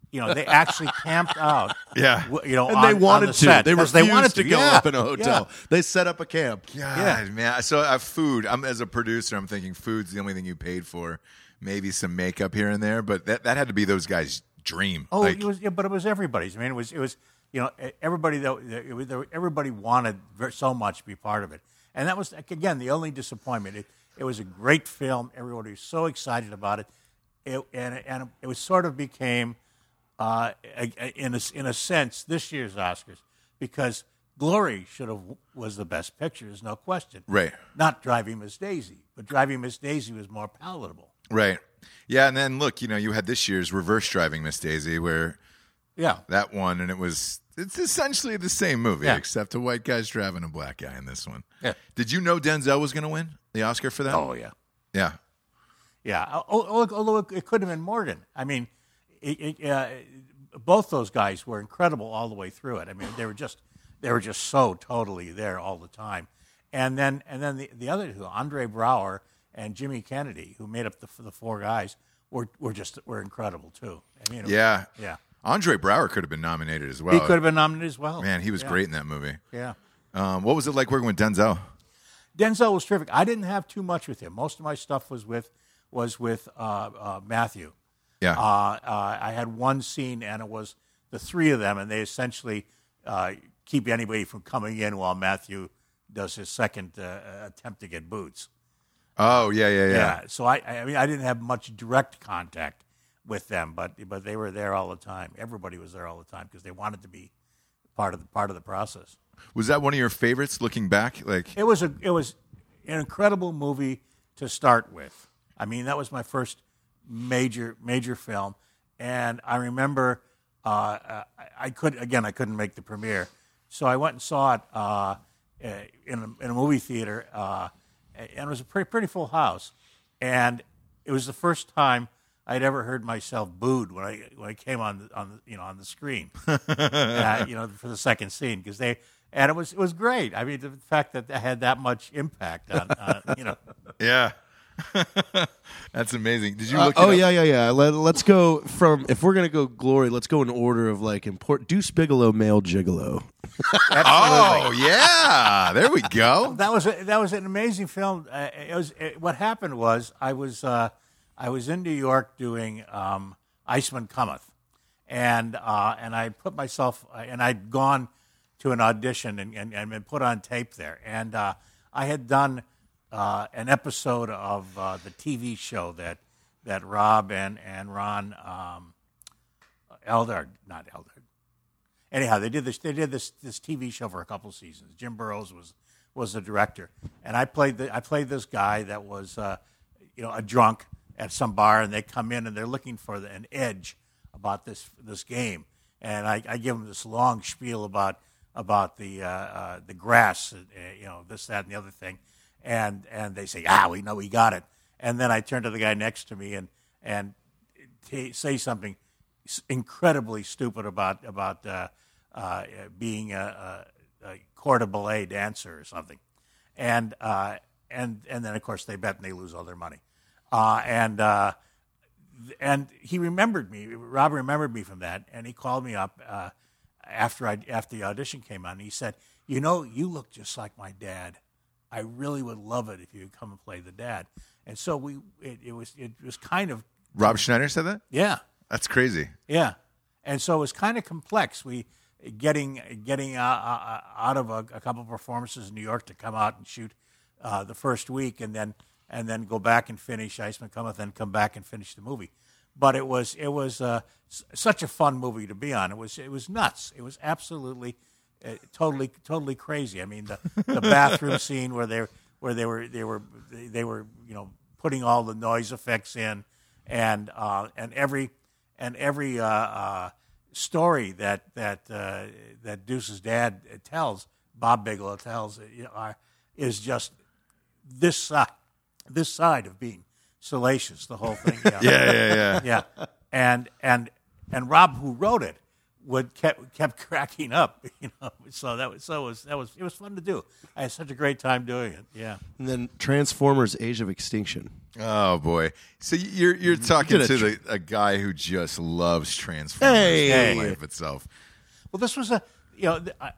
[SPEAKER 6] You know, they actually camped out.
[SPEAKER 1] Yeah.
[SPEAKER 6] w- you know,
[SPEAKER 4] And
[SPEAKER 6] on-
[SPEAKER 4] they
[SPEAKER 6] on
[SPEAKER 4] wanted
[SPEAKER 6] the
[SPEAKER 4] to.
[SPEAKER 6] set,
[SPEAKER 4] They
[SPEAKER 6] 'cause
[SPEAKER 4] refused
[SPEAKER 6] wanted
[SPEAKER 4] to go
[SPEAKER 6] Yeah.
[SPEAKER 4] up in a hotel. They set up a camp.
[SPEAKER 1] God, man. So uh, food. I'm as a producer, I'm thinking food's the only thing you paid for. Maybe some makeup here and there, but that, that had to be those guys' dream.
[SPEAKER 6] Oh,
[SPEAKER 1] Like,
[SPEAKER 6] it was, yeah, but it was everybody's. I mean, it was, it was, you know, e- everybody that it was- there- everybody wanted ver- so much to be part of it, and that was like, again the only disappointment. It, it was a great film. Everybody was so excited about it, it and and it was sort of became, uh, a- a- in a s- in a sense, this year's Oscars because Glory should have was the best picture. There's no question.
[SPEAKER 1] Right.
[SPEAKER 6] Not Driving Miss Daisy, but Driving Miss Daisy was more palatable.
[SPEAKER 1] right. Yeah, and then look, you know, you had this year's reverse driving Miss Daisy where
[SPEAKER 6] Yeah.
[SPEAKER 1] that one and it was it's essentially the same movie
[SPEAKER 6] Yeah.
[SPEAKER 1] except a white guy's driving a black guy in this one.
[SPEAKER 6] Yeah.
[SPEAKER 1] Did you know Denzel was going to win the Oscar for that?
[SPEAKER 6] Oh yeah.
[SPEAKER 1] Yeah.
[SPEAKER 6] Yeah, al- al- although it- it could have been Morgan. I mean, it, it, uh, both those guys were incredible all the way through it. I mean, they were just they were just so totally there all the time. And then and then the, the other two, Andre Brower and Jimmy Kennedy, who made up the the four guys, were were just were incredible too. I mean, it was-
[SPEAKER 1] Yeah.
[SPEAKER 6] yeah.
[SPEAKER 1] Andre Brower could have been nominated as well.
[SPEAKER 6] He could have been nominated as well.
[SPEAKER 1] Man, he was
[SPEAKER 6] Yeah,
[SPEAKER 1] great in that movie.
[SPEAKER 6] Yeah.
[SPEAKER 1] Um, what was it like working with Denzel?
[SPEAKER 6] Denzel was terrific. I didn't have too much with him. Most of my stuff was with was with uh, uh, Matthew.
[SPEAKER 1] Yeah.
[SPEAKER 6] Uh, uh, I had one scene, and it was the three of them, and they essentially uh, keep anybody from coming in while Matthew does his second uh, uh, attempt to get boots.
[SPEAKER 1] oh, yeah, yeah, yeah.
[SPEAKER 6] So I, I mean, I didn't have much direct contact with them, but but they were there all the time. Everybody was there all the time because they wanted to be part of the part of the process.
[SPEAKER 1] Was that one of your favorites looking back? Like
[SPEAKER 6] It was a it was an incredible movie to start with. I mean, that was my first major major film, and I remember uh, uh, I- I could again I couldn't make the premiere, so I went and saw it uh, uh, in a, in a movie theater, uh, and it was a pretty pretty full house, and it was the first time. I'd ever heard myself booed when I when I came on the, on the, you know on the screen uh, you know, for the second scene because they and it was it was great. I mean, the fact that that had that much impact on, on you know,
[SPEAKER 1] Yeah. That's amazing. Did you
[SPEAKER 4] Uh,
[SPEAKER 1] look it
[SPEAKER 4] oh
[SPEAKER 1] up?
[SPEAKER 4] yeah, yeah, yeah. Let, let's go from if we're gonna go glory. Let's go in order of like import. Deuce Bigelow, male gigolo.
[SPEAKER 1] Oh, yeah. There we go.
[SPEAKER 6] that was a, that was an amazing film. Uh, it was it, what happened was I was uh, I was in New York doing um, Iceman Cometh, and uh, and I put myself uh, and I'd gone to an audition and and, and been put on tape there, and uh, I had done uh, an episode of uh, the TV show that that Rob and and Ron. Um, Eldar, not Eldar. Anyhow, they did this. They did this this TV show for a couple seasons. Jim Burrows was was the director, and I played the I played this guy that was uh, you know a drunk at some bar, and they come in and they're looking for the, an edge about this this game, and I, I give them this long spiel about about the uh, uh, the grass, uh, you know this that and the other thing, and and they say ah we know we got it, and then I turn to the guy next to me and and t- say something s- incredibly stupid about about uh, uh, being a, a, a corps de ballet dancer or something, and uh, and and then of course they bet and they lose all their money, uh, and uh, and he remembered me. Rob remembered me from that, and he called me up uh, after I after the audition came on. And he said, "You know, you look just like my dad. I really would love it if you would come and play the dad." And so we it, it was it was kind of
[SPEAKER 1] Rob Schneider said that?
[SPEAKER 6] yeah
[SPEAKER 1] That's crazy.
[SPEAKER 6] yeah, and so it was kind of complex. We getting getting uh, uh, out of a, a couple of performances in New York to come out and shoot uh, the first week, and then and then go back and finish Iceman Cometh, and come back and finish the movie. But it was it was uh, s- such a fun movie to be on. It was it was nuts. It was absolutely uh, totally totally crazy. I mean the, the bathroom scene where they where they were they were they, they were you know putting all the noise effects in, and uh, and every and every uh, uh, story that that uh, that Deuce's dad tells, Bob Bigelow tells, uh, you know, are, is just this side, this side of being salacious. The whole thing.
[SPEAKER 1] Yeah, yeah, yeah.
[SPEAKER 6] yeah. And and and Rob, who wrote it, would kept kept cracking up. You know, so that was so it was that was it was fun to do. I had such a great time doing it. Yeah.
[SPEAKER 4] And then Transformers: Age of Extinction.
[SPEAKER 1] Oh boy. So you're you're talking to the, a guy who just loves Transformers
[SPEAKER 4] Hey.
[SPEAKER 1] in life itself.
[SPEAKER 6] Well, this was a you know th- I, I-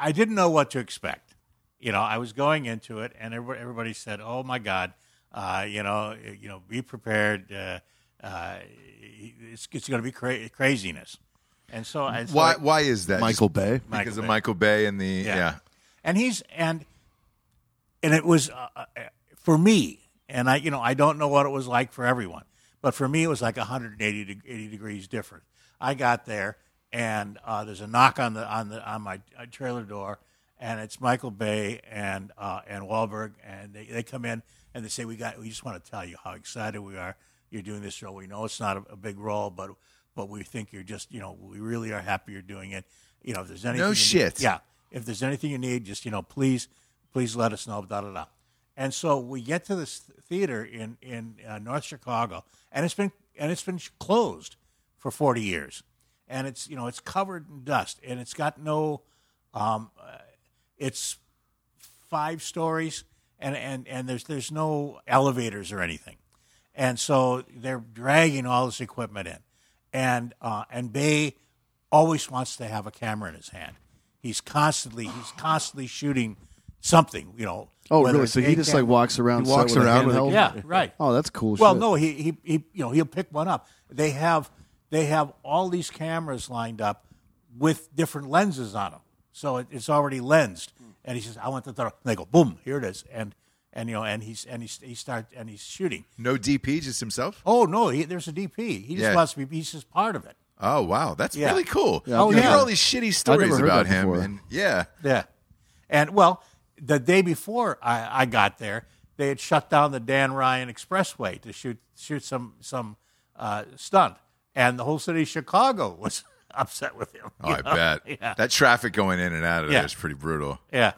[SPEAKER 6] I didn't know what to expect. You know, I was going into it, and everybody, everybody said, "Oh my God, uh, you know, you know, be prepared. Uh, uh, it's it's going to be cra- craziness." And so, I, so
[SPEAKER 1] Why
[SPEAKER 6] I-
[SPEAKER 1] why is that?
[SPEAKER 4] Michael Bay.
[SPEAKER 1] Just because
[SPEAKER 6] Michael
[SPEAKER 1] of
[SPEAKER 6] Bay.
[SPEAKER 1] Michael Bay and the yeah.
[SPEAKER 6] Yeah. and he's and and it was uh, uh, for me and i you know i don't know what it was like for everyone but for me it was like 180 deg- 80 degrees different i got there and uh, there's a knock on the on the on my uh, trailer door and it's michael bay and uh, and Wahlberg, and they, they come in and they say we got we just want to tell you how excited we are you're doing this role we know it's not a, a big role but but we think you're just you know we really are happy you're doing it you know if there's anything you need-
[SPEAKER 1] shit.
[SPEAKER 6] yeah if there's anything you need, just you know, please, please let us know. Da da da. And so we get to this theater in in uh, North Chicago, and it's been and it's been closed for forty years, and it's you know it's covered in dust, and it's got no, um, uh, it's five stories, and and and there's there's no elevators or anything, and so they're dragging all this equipment in, and uh, and Bay always wants to have a camera in his hand. He's constantly he's constantly shooting something, you know.
[SPEAKER 5] Oh,
[SPEAKER 6] whether
[SPEAKER 5] really?
[SPEAKER 6] it's
[SPEAKER 5] So
[SPEAKER 6] a
[SPEAKER 5] he just
[SPEAKER 6] cam-
[SPEAKER 5] like walks around.
[SPEAKER 4] He walks
[SPEAKER 5] set with a
[SPEAKER 4] around with a-
[SPEAKER 5] handheld?
[SPEAKER 6] yeah, right.
[SPEAKER 5] Oh, that's cool.
[SPEAKER 6] Well,
[SPEAKER 5] shit.
[SPEAKER 6] no, he, he he you know he'll pick one up. They have they have all these cameras lined up with different lenses on them, so it, it's already lensed. And he says, "I want the third." And they go, "Boom! Here it is." And and you know, and he's and he's, he starts and he's shooting.
[SPEAKER 1] No DP, just himself.
[SPEAKER 6] Oh no, he, there's a DP. He just
[SPEAKER 1] Yeah.
[SPEAKER 6] wants to be. He's just part of it.
[SPEAKER 1] Oh wow, that's
[SPEAKER 6] Yeah.
[SPEAKER 1] really cool.
[SPEAKER 5] Yeah. Oh,
[SPEAKER 1] you hear
[SPEAKER 6] yeah.
[SPEAKER 1] all these shitty stories
[SPEAKER 5] heard
[SPEAKER 1] about
[SPEAKER 5] that
[SPEAKER 1] him,
[SPEAKER 5] before.
[SPEAKER 1] and yeah,
[SPEAKER 6] Yeah. And well, the day before I, I got there, they had shut down the Dan Ryan Expressway to shoot shoot some some uh, stunt, and the whole city of Chicago was upset with him.
[SPEAKER 1] oh,
[SPEAKER 6] you
[SPEAKER 1] I
[SPEAKER 6] know?
[SPEAKER 1] bet
[SPEAKER 6] Yeah.
[SPEAKER 1] that traffic going in and out of
[SPEAKER 6] Yeah.
[SPEAKER 1] there is pretty brutal.
[SPEAKER 6] yeah.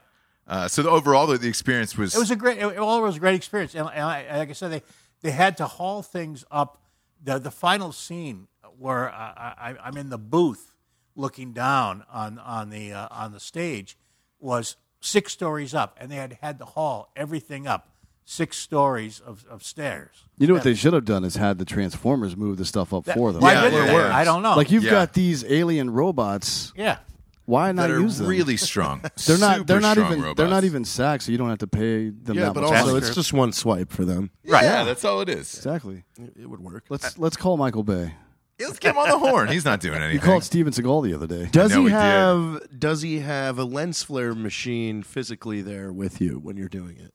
[SPEAKER 1] Uh, so the, overall, the, the experience was,
[SPEAKER 6] It was a great. It, all was a great experience, and, and I, like I said, they they had to haul things up. the The final scene where uh, I, I- I'm in the booth looking down on on the uh, on the stage was six stories up, and they had had to haul everything up six stories of, of stairs.
[SPEAKER 5] you know what they should have done is had the Transformers move the stuff up for them.
[SPEAKER 6] Why
[SPEAKER 1] Yeah,
[SPEAKER 6] didn't
[SPEAKER 1] it
[SPEAKER 6] they?
[SPEAKER 1] works.
[SPEAKER 6] I don't know.
[SPEAKER 5] Like you've
[SPEAKER 1] Yeah.
[SPEAKER 5] got these alien robots.
[SPEAKER 6] yeah,
[SPEAKER 5] Why
[SPEAKER 1] that
[SPEAKER 5] not
[SPEAKER 1] are
[SPEAKER 5] use them?
[SPEAKER 1] really strong.
[SPEAKER 5] they're not.
[SPEAKER 1] Super
[SPEAKER 5] they're not
[SPEAKER 1] strong
[SPEAKER 5] even.
[SPEAKER 1] robots.
[SPEAKER 5] They're not even sacked, so you don't have to pay them.
[SPEAKER 4] Yeah,
[SPEAKER 5] that
[SPEAKER 4] but
[SPEAKER 5] much
[SPEAKER 4] also
[SPEAKER 5] money.
[SPEAKER 4] it's just one swipe for them.
[SPEAKER 1] right. Yeah, that's all it is.
[SPEAKER 5] exactly.
[SPEAKER 4] It would work.
[SPEAKER 5] Let's let's call Michael Bay.
[SPEAKER 1] Let's get him on the horn. He's not doing
[SPEAKER 5] You
[SPEAKER 1] anything.
[SPEAKER 5] called Steven Seagal the other day.
[SPEAKER 4] Does
[SPEAKER 1] I know
[SPEAKER 4] he
[SPEAKER 1] we did.
[SPEAKER 4] have Does he have a lens flare machine physically there with you when you're doing it?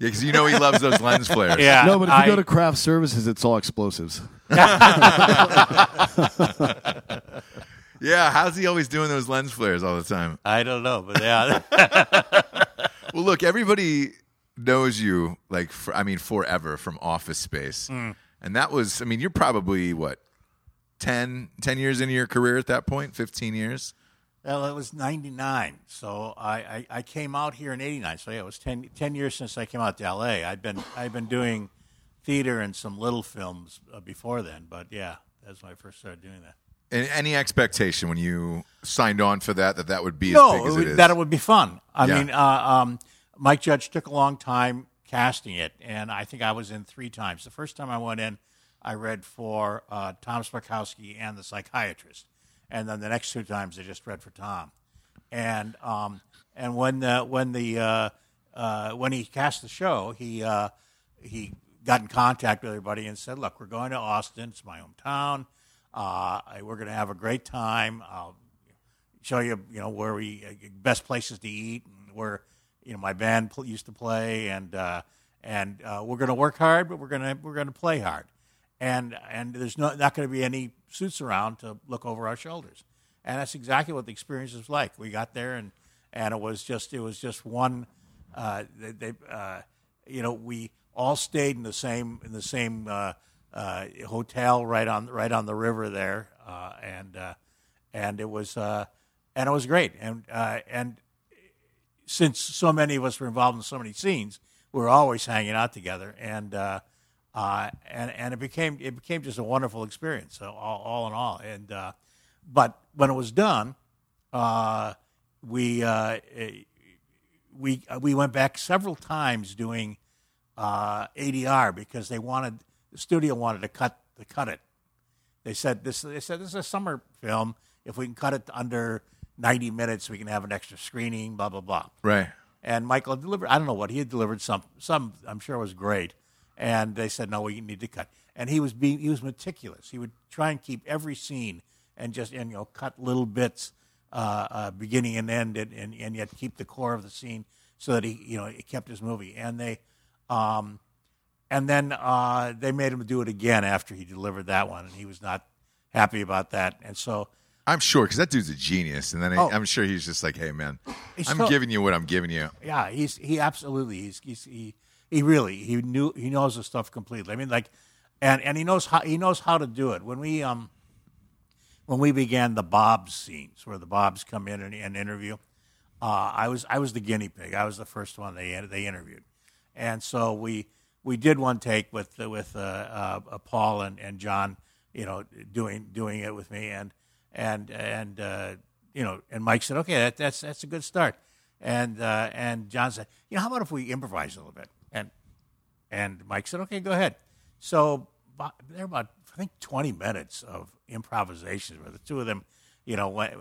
[SPEAKER 1] Yeah, because you know he loves those lens flares.
[SPEAKER 6] yeah.
[SPEAKER 5] no, but if you
[SPEAKER 6] I-
[SPEAKER 5] go to craft services, it's all explosives.
[SPEAKER 1] Yeah, how's he always doing those lens flares all the time?
[SPEAKER 6] I don't know, but yeah,
[SPEAKER 1] Well, look, everybody knows you like for, I mean forever from Office Space.
[SPEAKER 6] Mm.
[SPEAKER 1] And that was I mean, you're probably what 10, 10 years into your career at that point, 15 years.
[SPEAKER 6] Well, it was 99. So I, I, I came out here in 89. So yeah, it was 10, 10 years since I came out to LA. I'd been I'd been doing theater and some little films uh, before then, but yeah, that's when I first started doing that.
[SPEAKER 1] And any expectation when you signed on for that that that would be as big
[SPEAKER 6] No,
[SPEAKER 1] as
[SPEAKER 6] it
[SPEAKER 1] it
[SPEAKER 6] would-
[SPEAKER 1] is?
[SPEAKER 6] that it would be fun. I
[SPEAKER 1] Yeah.
[SPEAKER 6] mean, uh, um, Mike Judge took a long time casting it, and I think I was in three times. The first time I went in, I read for uh, Tom Sparkowski and the psychiatrist, and then the next two times I just read for Tom. And um, and when the when the uh, uh, when he cast the show, he uh, he got in contact with everybody and said, "Look, we're going to Austin. It's my hometown. Uh, I- we're going to have a great time. I'll show you, you know, where we uh, best places to eat and where you know my band pl- used to play, and uh, and uh, we're going to work hard, but we're going to we're going to play hard, and and there's no, not going to be any suits around to look over our shoulders, and that's exactly what the experience was like. We got there and and it was just it was just one Uh, they, they uh, you know, we all stayed in the same in the same uh, uh, hotel right on right on the river there, uh, and uh, and it was uh, and it was great, and uh, and since so many of us were involved in so many scenes, we were always hanging out together, and uh, uh, and and it became it became just a wonderful experience. So all, all in all, and uh, but when it was done, uh, we uh, eh, we uh, we went back several times doing uh, ADR because they wanted the studio wanted to cut to cut it. They said this. They said this is a summer film. If we can cut it to under ninety minutes, we can have an extra screening. Blah blah blah.
[SPEAKER 1] Right.
[SPEAKER 6] And Michael delivered. I don't know what he had delivered. Some some I'm sure was great. And they said no, we need to cut. And he was being he was meticulous. He would try and keep every scene and just and you know cut little bits, uh, uh, beginning and end, and, and and yet keep the core of the scene so that he you know it kept his movie. And they. Um, and then uh, they made him do it again after he delivered that one, and he was not happy about that. And so
[SPEAKER 1] I'm sure because that dude's a genius, and then I,
[SPEAKER 6] Oh.
[SPEAKER 1] I'm sure he's just like, "Hey, man,
[SPEAKER 6] He's
[SPEAKER 1] I'm
[SPEAKER 6] so-
[SPEAKER 1] giving you what I'm giving you."
[SPEAKER 6] yeah, he's he absolutely he's, he's he he really he knew he knows the stuff completely. I mean, like, and and he knows how he knows how to do it. When we um when we began the Bob's scenes, where the Bobs come in and, and interview, uh, I was I was the guinea pig. I was the first one they they interviewed, and so we we did one take with with uh, uh, Paul and, and John, you know, doing doing it with me, and and and uh, you know, and Mike said, okay, that, that's that's a good start, and uh, and John said, you know, how about if we improvise a little bit, and and Mike said, okay, go ahead. So bu- there were about, I think, 20 minutes of improvisations where the two of them, you know, went,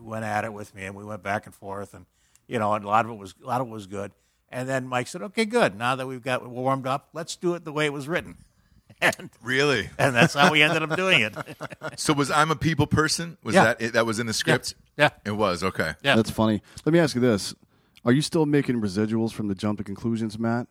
[SPEAKER 6] went at it with me and we went back and forth and, you know, and a lot of it was, a lot of it was good. And then Mike said, okay, good. Now that we've got warmed up, let's do it the way it was written. And,
[SPEAKER 1] Really?
[SPEAKER 6] and that's how we ended up doing it.
[SPEAKER 1] So was I'm a people person? Was
[SPEAKER 6] Yeah.
[SPEAKER 1] that it, that was in the script?
[SPEAKER 6] Yeah.
[SPEAKER 1] It was okay.
[SPEAKER 6] Yeah.
[SPEAKER 5] That's funny. Let me ask you this: Are you still making residuals from the jump to conclusions, Matt?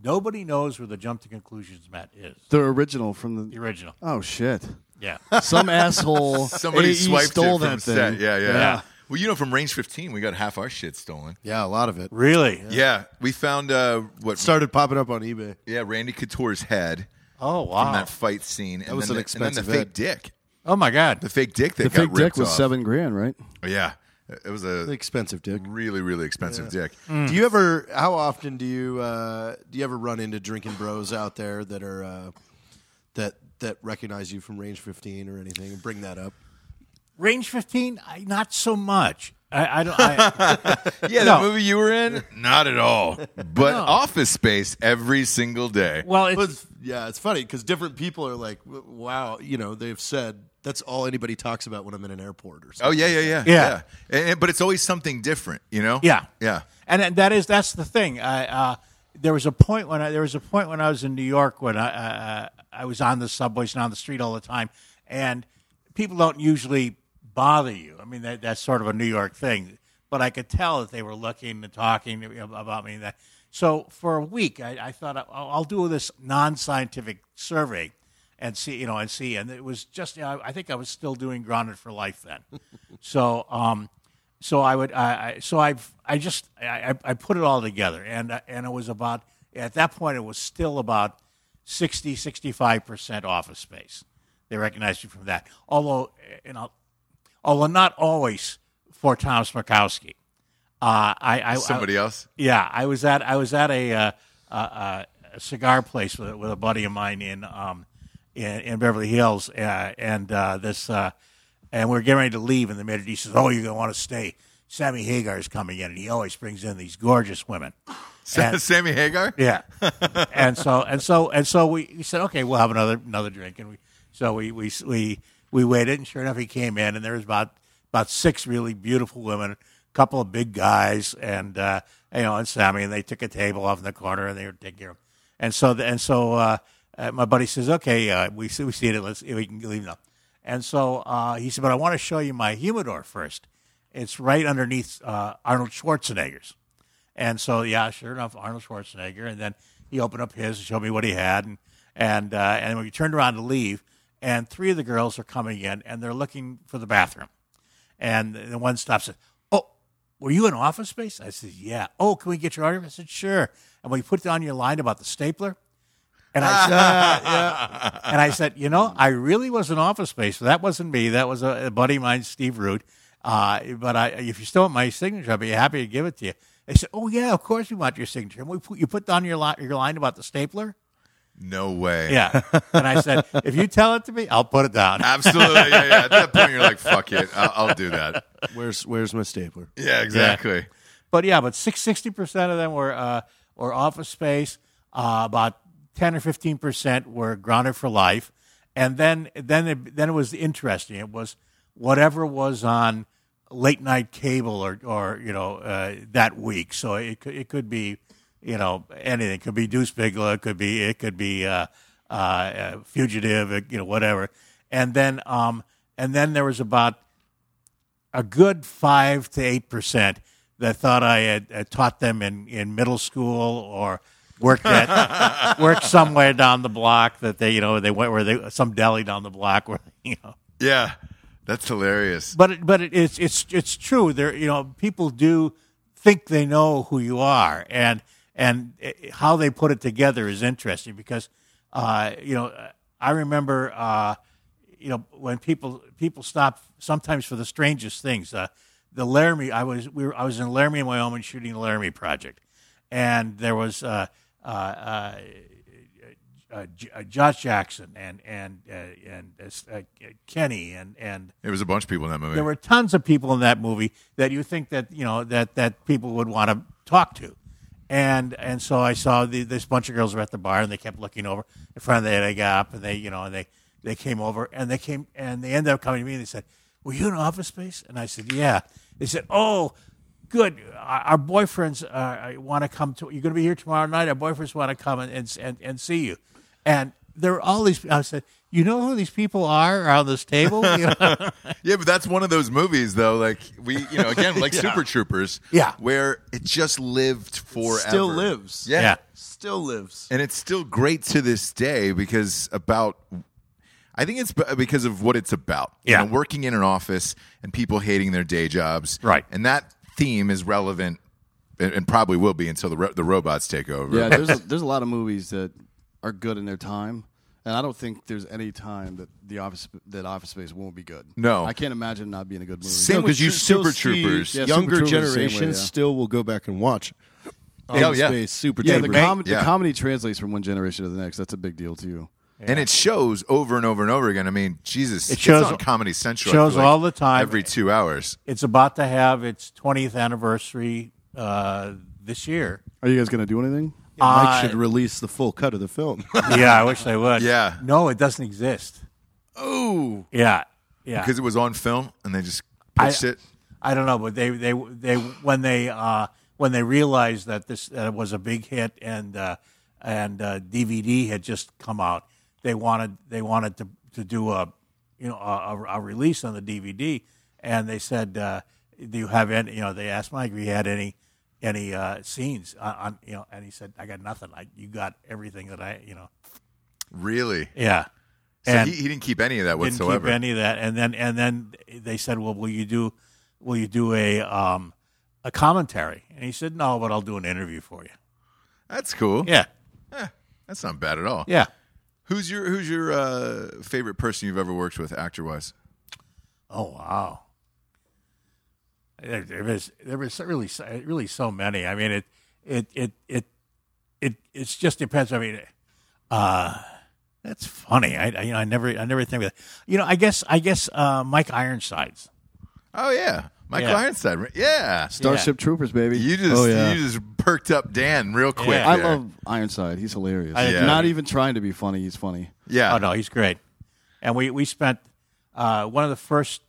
[SPEAKER 6] Nobody knows where the jump to conclusions Matt is.
[SPEAKER 5] The original from the.
[SPEAKER 6] The original.
[SPEAKER 5] Oh shit!
[SPEAKER 6] Yeah.
[SPEAKER 5] Some asshole.
[SPEAKER 1] Somebody
[SPEAKER 5] AE
[SPEAKER 1] swiped
[SPEAKER 5] stole
[SPEAKER 1] it from
[SPEAKER 5] that
[SPEAKER 1] set.
[SPEAKER 5] thing.
[SPEAKER 1] Yeah, yeah,
[SPEAKER 6] Yeah.
[SPEAKER 1] Well, you know, from Range 15, we got half our shit stolen.
[SPEAKER 4] Yeah, a lot of it.
[SPEAKER 6] Really?
[SPEAKER 1] Yeah, we found uh what?
[SPEAKER 4] Started popping up on eBay.
[SPEAKER 1] yeah, Randy Couture's head
[SPEAKER 6] Oh,
[SPEAKER 1] from
[SPEAKER 6] wow.
[SPEAKER 1] that fight scene. and
[SPEAKER 4] was
[SPEAKER 1] then
[SPEAKER 4] an
[SPEAKER 1] the, And then
[SPEAKER 4] expensive
[SPEAKER 1] the fake
[SPEAKER 4] head.
[SPEAKER 1] dick.
[SPEAKER 6] Oh, my God.
[SPEAKER 1] The fake dick that
[SPEAKER 5] The
[SPEAKER 1] got
[SPEAKER 5] fake dick
[SPEAKER 1] ripped
[SPEAKER 5] was
[SPEAKER 1] off.
[SPEAKER 5] seven grand, right?
[SPEAKER 1] Yeah, it was a
[SPEAKER 4] Expensive dick.
[SPEAKER 1] really really expensive dick.
[SPEAKER 4] Do you ever? How often do you? Uh, do you ever run into drinking bros out there that are uh, that that recognize you from Range 15 or anything? and Bring that up.
[SPEAKER 6] Range 15, I, not so much. I, I don't. I,
[SPEAKER 1] Yeah,
[SPEAKER 6] No.
[SPEAKER 1] that movie you were in? Not at all. But Office Space every single day.
[SPEAKER 6] well, it's,
[SPEAKER 4] But yeah, it's funny because different people are like, "W- "Wow," you know, they've said that's all anybody talks about when I'm in an airport or
[SPEAKER 1] Oh
[SPEAKER 4] something.
[SPEAKER 1] yeah, yeah, yeah,
[SPEAKER 6] Yeah.
[SPEAKER 1] And- and- but it's always something different, you know.
[SPEAKER 6] Yeah.
[SPEAKER 1] yeah.
[SPEAKER 6] and and that is that's the thing. I, uh, there was a point when I, there was a point when I was in New York when I uh, I was on the subways and on the street all the time, and people don't usually bother you. I mean, that, that's sort of a New York thing. But I could tell that they were looking and talking about me. and That so for a week I, I thought I'll, I'll do this non-scientific survey and see you know and see and it was just you know, I think I was still doing grounded for life then. so um, so I would, I, I so I've, I just, I, I I put it all together, and uh, and it was about at that point it was still about 60, 65 percent office space. They recognized you from that, although you know, although not always for Tom Smirkowski. Uh, I, I
[SPEAKER 1] Somebody
[SPEAKER 6] I,
[SPEAKER 1] else.
[SPEAKER 6] yeah, I was at I was at a uh, uh, uh, a cigar place with with a buddy of mine in um in, in Beverly Hills, uh, and uh, this uh, and we are getting ready to leave, and the maitre d' says, "Oh, you're gonna want to stay." Sammy Hagar is coming in, and he always brings in these gorgeous women. And-
[SPEAKER 1] Sammy Hagar.
[SPEAKER 6] yeah. and so and so and so we, we said, okay, we'll have another another drink, and we so we we we we waited, and sure enough, he came in, and there was about about six really beautiful women, a couple of big guys, and uh, you know, and Sammy, and they took a table off in the corner, and they were taking care of. 'em. And so the, and so uh, uh, my buddy says, okay, uh, we see we see it, let's we can leave now. And so uh, he said, but I want to show you my humidor first. It's right underneath uh, Arnold Schwarzenegger's. And so, yeah, sure enough, Arnold Schwarzenegger. And then he opened up his and showed me what he had. And and uh, and we turned around to leave, and three of the girls are coming in and they're looking for the bathroom. And the one stops and, oh, were you in office space? I said, yeah. Oh, can we get your autograph? I said, sure. And when you put down your line about the stapler, and I said, and I said, you know, I really was in office space. That wasn't me. That was a, a buddy of mine, Steve Root. Uh, but I, if you still want my signature, I'd be happy to give it to you. They said, oh yeah, of course we want your signature. And we put, you put down your line, your line about the stapler.
[SPEAKER 1] No way.
[SPEAKER 6] Yeah. and I said, if you tell it to me, I'll put it down.
[SPEAKER 1] Absolutely. Yeah, yeah. At that point, you're like, fuck it. I'll, I'll do that.
[SPEAKER 4] Where's where's my stapler?
[SPEAKER 1] Yeah, exactly.
[SPEAKER 6] But yeah, but sixty percent of them were uh, were office space. Uh, about ten or fifteen percent were grounded for life, and then then it, then it was interesting. It was whatever was on late night cable or or you know uh, that week. So it could it could be you know anything. It could be Deuce Bigler. It could be it could be uh, uh, uh, fugitive. uh, You know whatever. And then um and then there was about a good five to eight percent that thought I had, uh taught them in, in middle school or worked at worked somewhere down the block that they you know they went where they some deli down the block where you know
[SPEAKER 1] Yeah. That's hilarious.
[SPEAKER 6] but it, but it, it's it's it's true there you know people do think they know who you are and and eh, how they put it together is interesting because uh you know I remember uh you know when people people stop sometimes for the strangest things. Uh, the Laramie, I was we were, I was in Laramie, Wyoming, shooting the Laramie project, and there was uh, uh, uh, uh, J- uh, Josh Jackson and and uh, and uh, uh, Kenny and and
[SPEAKER 1] There was a bunch of people in that movie.
[SPEAKER 6] there were tons of people in that movie that you think that you know that that people would want to talk to, and and so I saw the, this bunch of girls were at the bar and they kept looking over in front of the they got up and they you know and they they came over and they came and they ended up coming to me and they said, "Were you in Office Space?" And I said, "Yeah." They said, "Oh." Good. Our our boyfriends uh, want to come to. You're going to be here tomorrow night. Our boyfriends want to come and, and and and see you. And there were all these. I said, you know who these people are around this table? You know?
[SPEAKER 1] Yeah, but that's one of those movies, though. Like we, you know, again, like Super Troopers.
[SPEAKER 6] Yeah.
[SPEAKER 1] where it just lived forever.
[SPEAKER 4] Still lives.
[SPEAKER 1] Yeah.
[SPEAKER 6] Yeah.
[SPEAKER 4] Still lives.
[SPEAKER 1] and it's still great to this day because about. I think it's b- because of what it's about. You
[SPEAKER 6] Yeah.
[SPEAKER 1] know, working in an office and people hating their day jobs.
[SPEAKER 6] Right.
[SPEAKER 1] and that theme is relevant, and, and probably will be until the ro- the robots take over.
[SPEAKER 5] Yeah, there's a, there's a lot of movies that are good in their time, and I don't think there's any time that the office that Office Space won't be good.
[SPEAKER 1] No.
[SPEAKER 5] I can't imagine it not being a good movie.
[SPEAKER 1] Same with you, Super Troopers.
[SPEAKER 5] yeah,
[SPEAKER 4] younger
[SPEAKER 5] Super Troopers the same way,
[SPEAKER 4] generations
[SPEAKER 5] yeah.
[SPEAKER 4] still will go back and watch.
[SPEAKER 1] Oh, yeah.
[SPEAKER 4] Space, Super
[SPEAKER 5] yeah, the,
[SPEAKER 4] Troopers.
[SPEAKER 5] com-
[SPEAKER 1] Yeah.
[SPEAKER 5] the comedy translates from one generation to the next. That's a big deal to you.
[SPEAKER 1] And it shows over and over and over again. I mean, Jesus,
[SPEAKER 6] It
[SPEAKER 1] it's
[SPEAKER 6] shows-
[SPEAKER 1] on Comedy Central. I
[SPEAKER 6] shows
[SPEAKER 1] feel
[SPEAKER 6] all the time.
[SPEAKER 1] every two hours.
[SPEAKER 6] it's about to have its 20th anniversary uh, this year.
[SPEAKER 5] Are you guys going to do anything?
[SPEAKER 4] Mike should release the full cut of the film.
[SPEAKER 6] yeah, I wish they would.
[SPEAKER 1] Yeah.
[SPEAKER 6] No, it doesn't exist.
[SPEAKER 4] oh,
[SPEAKER 6] Yeah. Yeah.
[SPEAKER 1] because it was on film and they just
[SPEAKER 6] I-
[SPEAKER 1] pitched it.
[SPEAKER 6] I don't know, but they they they when they uh, when they realized that this uh, was a big hit and uh, and uh, DVD had just come out, they wanted they wanted to, to do a you know a, a- a release on the DVD, and they said, uh, "Do you have any?" You know, they asked Mike if he had any any uh, scenes on, on you know, and he said, "I got nothing. I, you got everything that I you know."
[SPEAKER 1] Really?
[SPEAKER 6] Yeah,
[SPEAKER 1] So he, he didn't keep any of that whatsoever.
[SPEAKER 6] didn't keep any of that. And then and then they said, "Well, will you do will you do a um, a commentary?" And he said, "No, but I'll do an interview for you."
[SPEAKER 1] That's cool.
[SPEAKER 6] Yeah,
[SPEAKER 1] Eh, That's not bad at all.
[SPEAKER 6] yeah.
[SPEAKER 1] Who's your Who's your uh, favorite person you've ever worked with, actor wise?
[SPEAKER 6] Oh wow. There, there was there was really so- really so many. I mean, it it it it it it's just depends. I mean, uh, that's funny. I, I you know I never I never think of that. You know, I guess I guess uh, Mike Ironsides.
[SPEAKER 1] Oh yeah, Michael
[SPEAKER 6] Yeah.
[SPEAKER 1] Ironside. right? Yeah.
[SPEAKER 5] Starship Troopers, baby.
[SPEAKER 1] You just
[SPEAKER 5] Oh, yeah.
[SPEAKER 1] you just perked up Dan real quick.
[SPEAKER 6] Yeah.
[SPEAKER 5] I
[SPEAKER 1] there.
[SPEAKER 5] love Ironside. He's hilarious.
[SPEAKER 6] I
[SPEAKER 1] agree.
[SPEAKER 5] Not even trying to be funny. He's funny.
[SPEAKER 1] Yeah.
[SPEAKER 6] Oh no, he's great. And we we spent uh, one of the first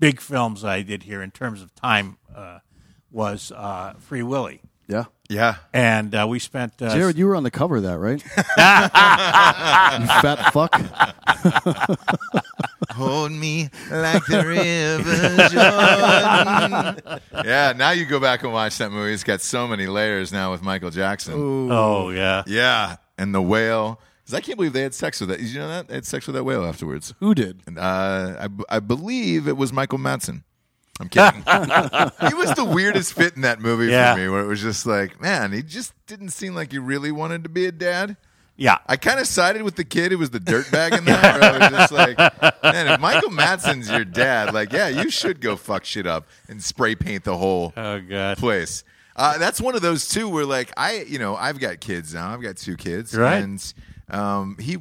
[SPEAKER 6] big films I did here in terms of time uh, was uh, Free Willy,
[SPEAKER 5] Yeah.
[SPEAKER 1] Yeah.
[SPEAKER 6] and uh, we spent uh,
[SPEAKER 5] Jared, you were on the cover of that, right? you fat fuck.
[SPEAKER 1] Hold me like the river Jordan. yeah. Now you go back and watch that movie. It's got so many layers now with Michael Jackson.
[SPEAKER 6] oh yeah
[SPEAKER 1] Yeah. And the whale. Because I can't believe they had sex with that. Did you know that? They had sex with that whale afterwards.
[SPEAKER 4] who did?
[SPEAKER 1] And, uh, I, I believe it was Michael Madsen. I'm kidding. he was the weirdest fit in that movie
[SPEAKER 6] Yeah.
[SPEAKER 1] for me, where it was just like, man, he just didn't seem like he really wanted to be a dad.
[SPEAKER 6] Yeah.
[SPEAKER 1] I kind of sided with the kid who was the dirtbag in that. where I was just like, man, if Michael Madsen's your dad, like, yeah, you should go fuck shit up and spray paint the whole
[SPEAKER 6] Oh god.
[SPEAKER 1] place. Uh, that's one of those too where like I, you know, I've got kids now. I've got two kids,
[SPEAKER 6] Right.
[SPEAKER 1] and um, he,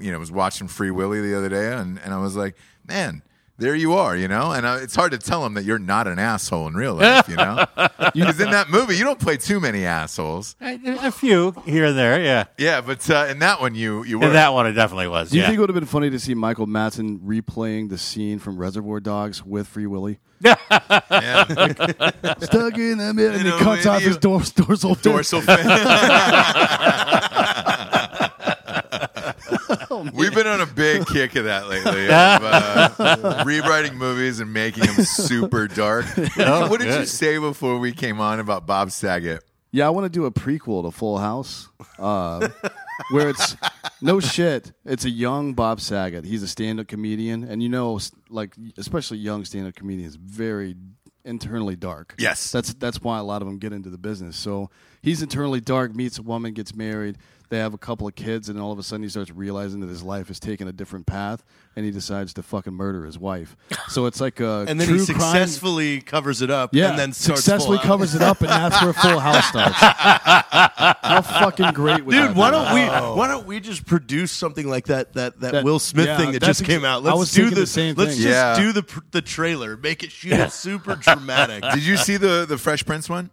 [SPEAKER 1] you know, was watching Free Willy the other day, and and I was like, man. There you are, you know, and uh, it's hard to tell him that you're not an asshole in real life, you know, because in that movie you don't play too many assholes.
[SPEAKER 6] A, a few here and there. Yeah.
[SPEAKER 1] Yeah, but uh, in that one you you were.
[SPEAKER 6] In that one, it definitely was.
[SPEAKER 5] Do you
[SPEAKER 6] yeah.
[SPEAKER 5] think it would have been funny to see Michael Madsen replaying the scene from Reservoir Dogs with Free Willy?
[SPEAKER 1] yeah.
[SPEAKER 5] Stuck in the middle,
[SPEAKER 1] You
[SPEAKER 5] and he
[SPEAKER 1] know,
[SPEAKER 5] cuts off
[SPEAKER 1] maybe
[SPEAKER 5] his
[SPEAKER 1] you-
[SPEAKER 5] dors- dorsal fin.
[SPEAKER 1] dorsal fin. We've been on a big kick of that lately, of, uh, rewriting movies and making them super dark. what did you say before we came on about Bob Saget?
[SPEAKER 5] Yeah, I want to do a prequel to Full House, uh, where it's no shit. It's a young Bob Saget. He's a stand-up comedian, and you know, s- like especially young stand-up comedians, very internally dark.
[SPEAKER 1] Yes.
[SPEAKER 5] that's that's why a lot of them get into the business. So he's internally dark. Meets a woman, gets married. They have a couple of kids, and all of a sudden he starts realizing that his life is taking a different path, and he decides to fucking murder his wife. So it's like a
[SPEAKER 4] And then
[SPEAKER 5] true
[SPEAKER 4] he
[SPEAKER 5] crime-
[SPEAKER 4] successfully covers it up
[SPEAKER 5] yeah,
[SPEAKER 4] and then starts
[SPEAKER 5] successfully
[SPEAKER 4] Full House.
[SPEAKER 5] covers it up, and that's where Full House starts. How fucking great would that
[SPEAKER 4] Dude,
[SPEAKER 5] be?
[SPEAKER 4] why don't we why don't we just produce something like that that that,
[SPEAKER 5] That-
[SPEAKER 4] Will Smith
[SPEAKER 5] yeah,
[SPEAKER 4] thing that
[SPEAKER 5] that's
[SPEAKER 4] just
[SPEAKER 5] ex-
[SPEAKER 4] came out?
[SPEAKER 5] I
[SPEAKER 4] Let's
[SPEAKER 5] was
[SPEAKER 4] do
[SPEAKER 5] thinking the
[SPEAKER 4] this-
[SPEAKER 5] same
[SPEAKER 4] Let's
[SPEAKER 5] thing.
[SPEAKER 4] just
[SPEAKER 1] Yeah.
[SPEAKER 4] do the pr- the trailer, make it shoot it super dramatic.
[SPEAKER 1] Did you see the the Fresh Prince one?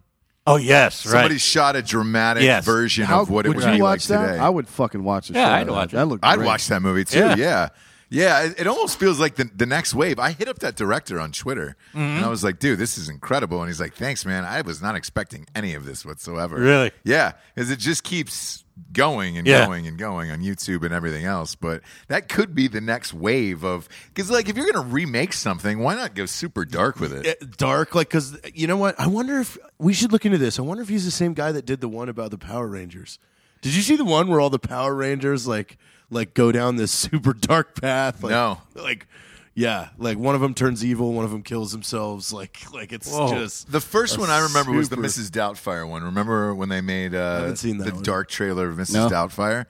[SPEAKER 6] Oh yes. Right.
[SPEAKER 1] Somebody shot a dramatic
[SPEAKER 6] Yes.
[SPEAKER 1] version
[SPEAKER 5] How-
[SPEAKER 1] of what it
[SPEAKER 5] would
[SPEAKER 1] would,
[SPEAKER 5] you
[SPEAKER 1] be
[SPEAKER 5] watch
[SPEAKER 1] like
[SPEAKER 5] that?
[SPEAKER 1] today.
[SPEAKER 5] I would fucking watch the
[SPEAKER 6] Yeah,
[SPEAKER 5] show.
[SPEAKER 6] I'd watch it.
[SPEAKER 5] That looked.
[SPEAKER 1] I'd
[SPEAKER 5] great.
[SPEAKER 1] watch that movie too. Yeah.
[SPEAKER 6] Yeah.
[SPEAKER 1] Yeah. it, it almost feels like the, the next wave. I hit up that director on Twitter
[SPEAKER 4] Mm-hmm.
[SPEAKER 1] and I was like, dude, this is incredible. And he's like, thanks, man. I was not expecting any of this whatsoever.
[SPEAKER 6] Really?
[SPEAKER 1] Yeah. Because it just keeps going and
[SPEAKER 6] Yeah.
[SPEAKER 1] going and going on YouTube and everything else. But that could be the next wave of, because like if you're going to remake something, why not go super dark with it?
[SPEAKER 4] Eh, Dark, like because you know what? I wonder if we should look into this. I wonder if he's the same guy that did the one about the Power Rangers. Did you see the one where all the Power Rangers like like go down this super dark path? Like,
[SPEAKER 1] No.
[SPEAKER 4] like yeah, like one of them turns evil, one of them kills themselves. Like like it's
[SPEAKER 6] Whoa.
[SPEAKER 4] just
[SPEAKER 1] The first
[SPEAKER 4] a
[SPEAKER 1] one I remember was the
[SPEAKER 4] super-
[SPEAKER 1] Mrs. Doubtfire one. Remember when they made uh,
[SPEAKER 4] haven't seen that
[SPEAKER 1] the
[SPEAKER 4] one.
[SPEAKER 1] dark trailer of Mrs.
[SPEAKER 5] No.
[SPEAKER 1] Doubtfire?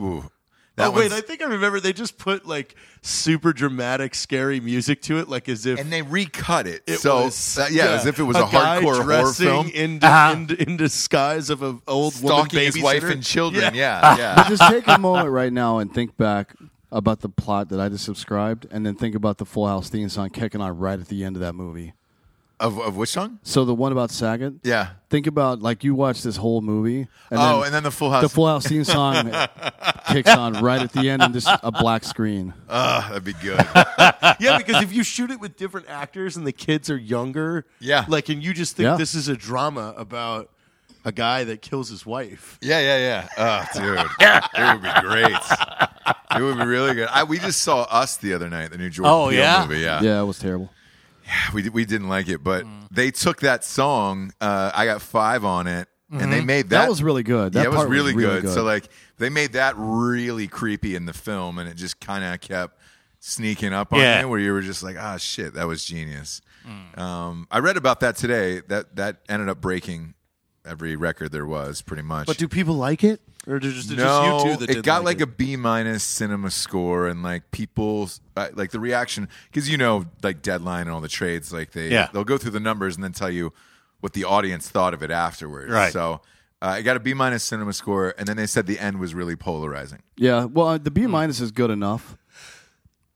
[SPEAKER 1] Ooh.
[SPEAKER 4] Oh wait,
[SPEAKER 1] one's-
[SPEAKER 4] I think I remember they just put like super dramatic, scary music to it, like as if
[SPEAKER 1] and they recut it.
[SPEAKER 4] it
[SPEAKER 1] so
[SPEAKER 4] was
[SPEAKER 1] uh, yeah, as if it was a,
[SPEAKER 4] guy
[SPEAKER 1] hardcore horror
[SPEAKER 4] dressing
[SPEAKER 1] film,
[SPEAKER 4] in,
[SPEAKER 6] Uh-huh.
[SPEAKER 4] in, in disguise of an old woman
[SPEAKER 1] stalking his
[SPEAKER 4] babysitter.
[SPEAKER 1] wife and children.
[SPEAKER 4] Yeah.
[SPEAKER 1] Yeah, yeah.
[SPEAKER 5] But just take a moment right now and think back about the plot that I just subscribed, and then think about the Full House theme song kicking on right at the end of that movie.
[SPEAKER 1] of of which song?
[SPEAKER 5] So the one about Saget.
[SPEAKER 1] Yeah.
[SPEAKER 5] Think about like you watch this whole movie. And
[SPEAKER 1] oh,
[SPEAKER 5] then
[SPEAKER 1] and then the Full House.
[SPEAKER 5] the Full House theme song kicks on right at the end, and just a black screen.
[SPEAKER 1] Ugh, Ah, that'd be good.
[SPEAKER 4] yeah, because if you shoot it with different actors and the kids are younger,
[SPEAKER 1] Yeah.
[SPEAKER 4] like, and you just think
[SPEAKER 5] Yeah.
[SPEAKER 4] this is a drama about a guy that kills his wife.
[SPEAKER 1] Yeah, yeah, yeah. Oh, dude, it would be great. It would be really good. I, we just saw Us the other night, the new Jordan
[SPEAKER 6] Oh,
[SPEAKER 1] Peele
[SPEAKER 6] yeah?
[SPEAKER 1] movie. Yeah,
[SPEAKER 5] Yeah, it was terrible.
[SPEAKER 1] we we didn't like it, but they took that song. Uh, I got five on it, and they made that.
[SPEAKER 5] That, was really good. That
[SPEAKER 1] yeah, it was
[SPEAKER 5] part
[SPEAKER 1] really, good. So like they made that really creepy in the film, and it just kind of kept sneaking up on
[SPEAKER 6] Yeah.
[SPEAKER 1] you, where you were just like, ah, shit, that was genius. Um, I read about that today. That that ended up breaking every record there was, pretty much.
[SPEAKER 4] But do people like it, or did just,
[SPEAKER 1] no,
[SPEAKER 4] just you two that
[SPEAKER 1] it
[SPEAKER 4] didn't
[SPEAKER 1] got
[SPEAKER 4] like,
[SPEAKER 1] like, a B minus cinema score, and like people, uh, like the reaction, because you know, like Deadline and all the trades, like they
[SPEAKER 6] Yeah.
[SPEAKER 1] they'll go through the numbers and then tell you what the audience thought of it afterwards.
[SPEAKER 6] Right.
[SPEAKER 1] So uh, it got a B minus cinema score, and then they said the end was really polarizing.
[SPEAKER 5] Yeah, well, uh, the
[SPEAKER 1] Hmm.
[SPEAKER 5] B minus is good enough,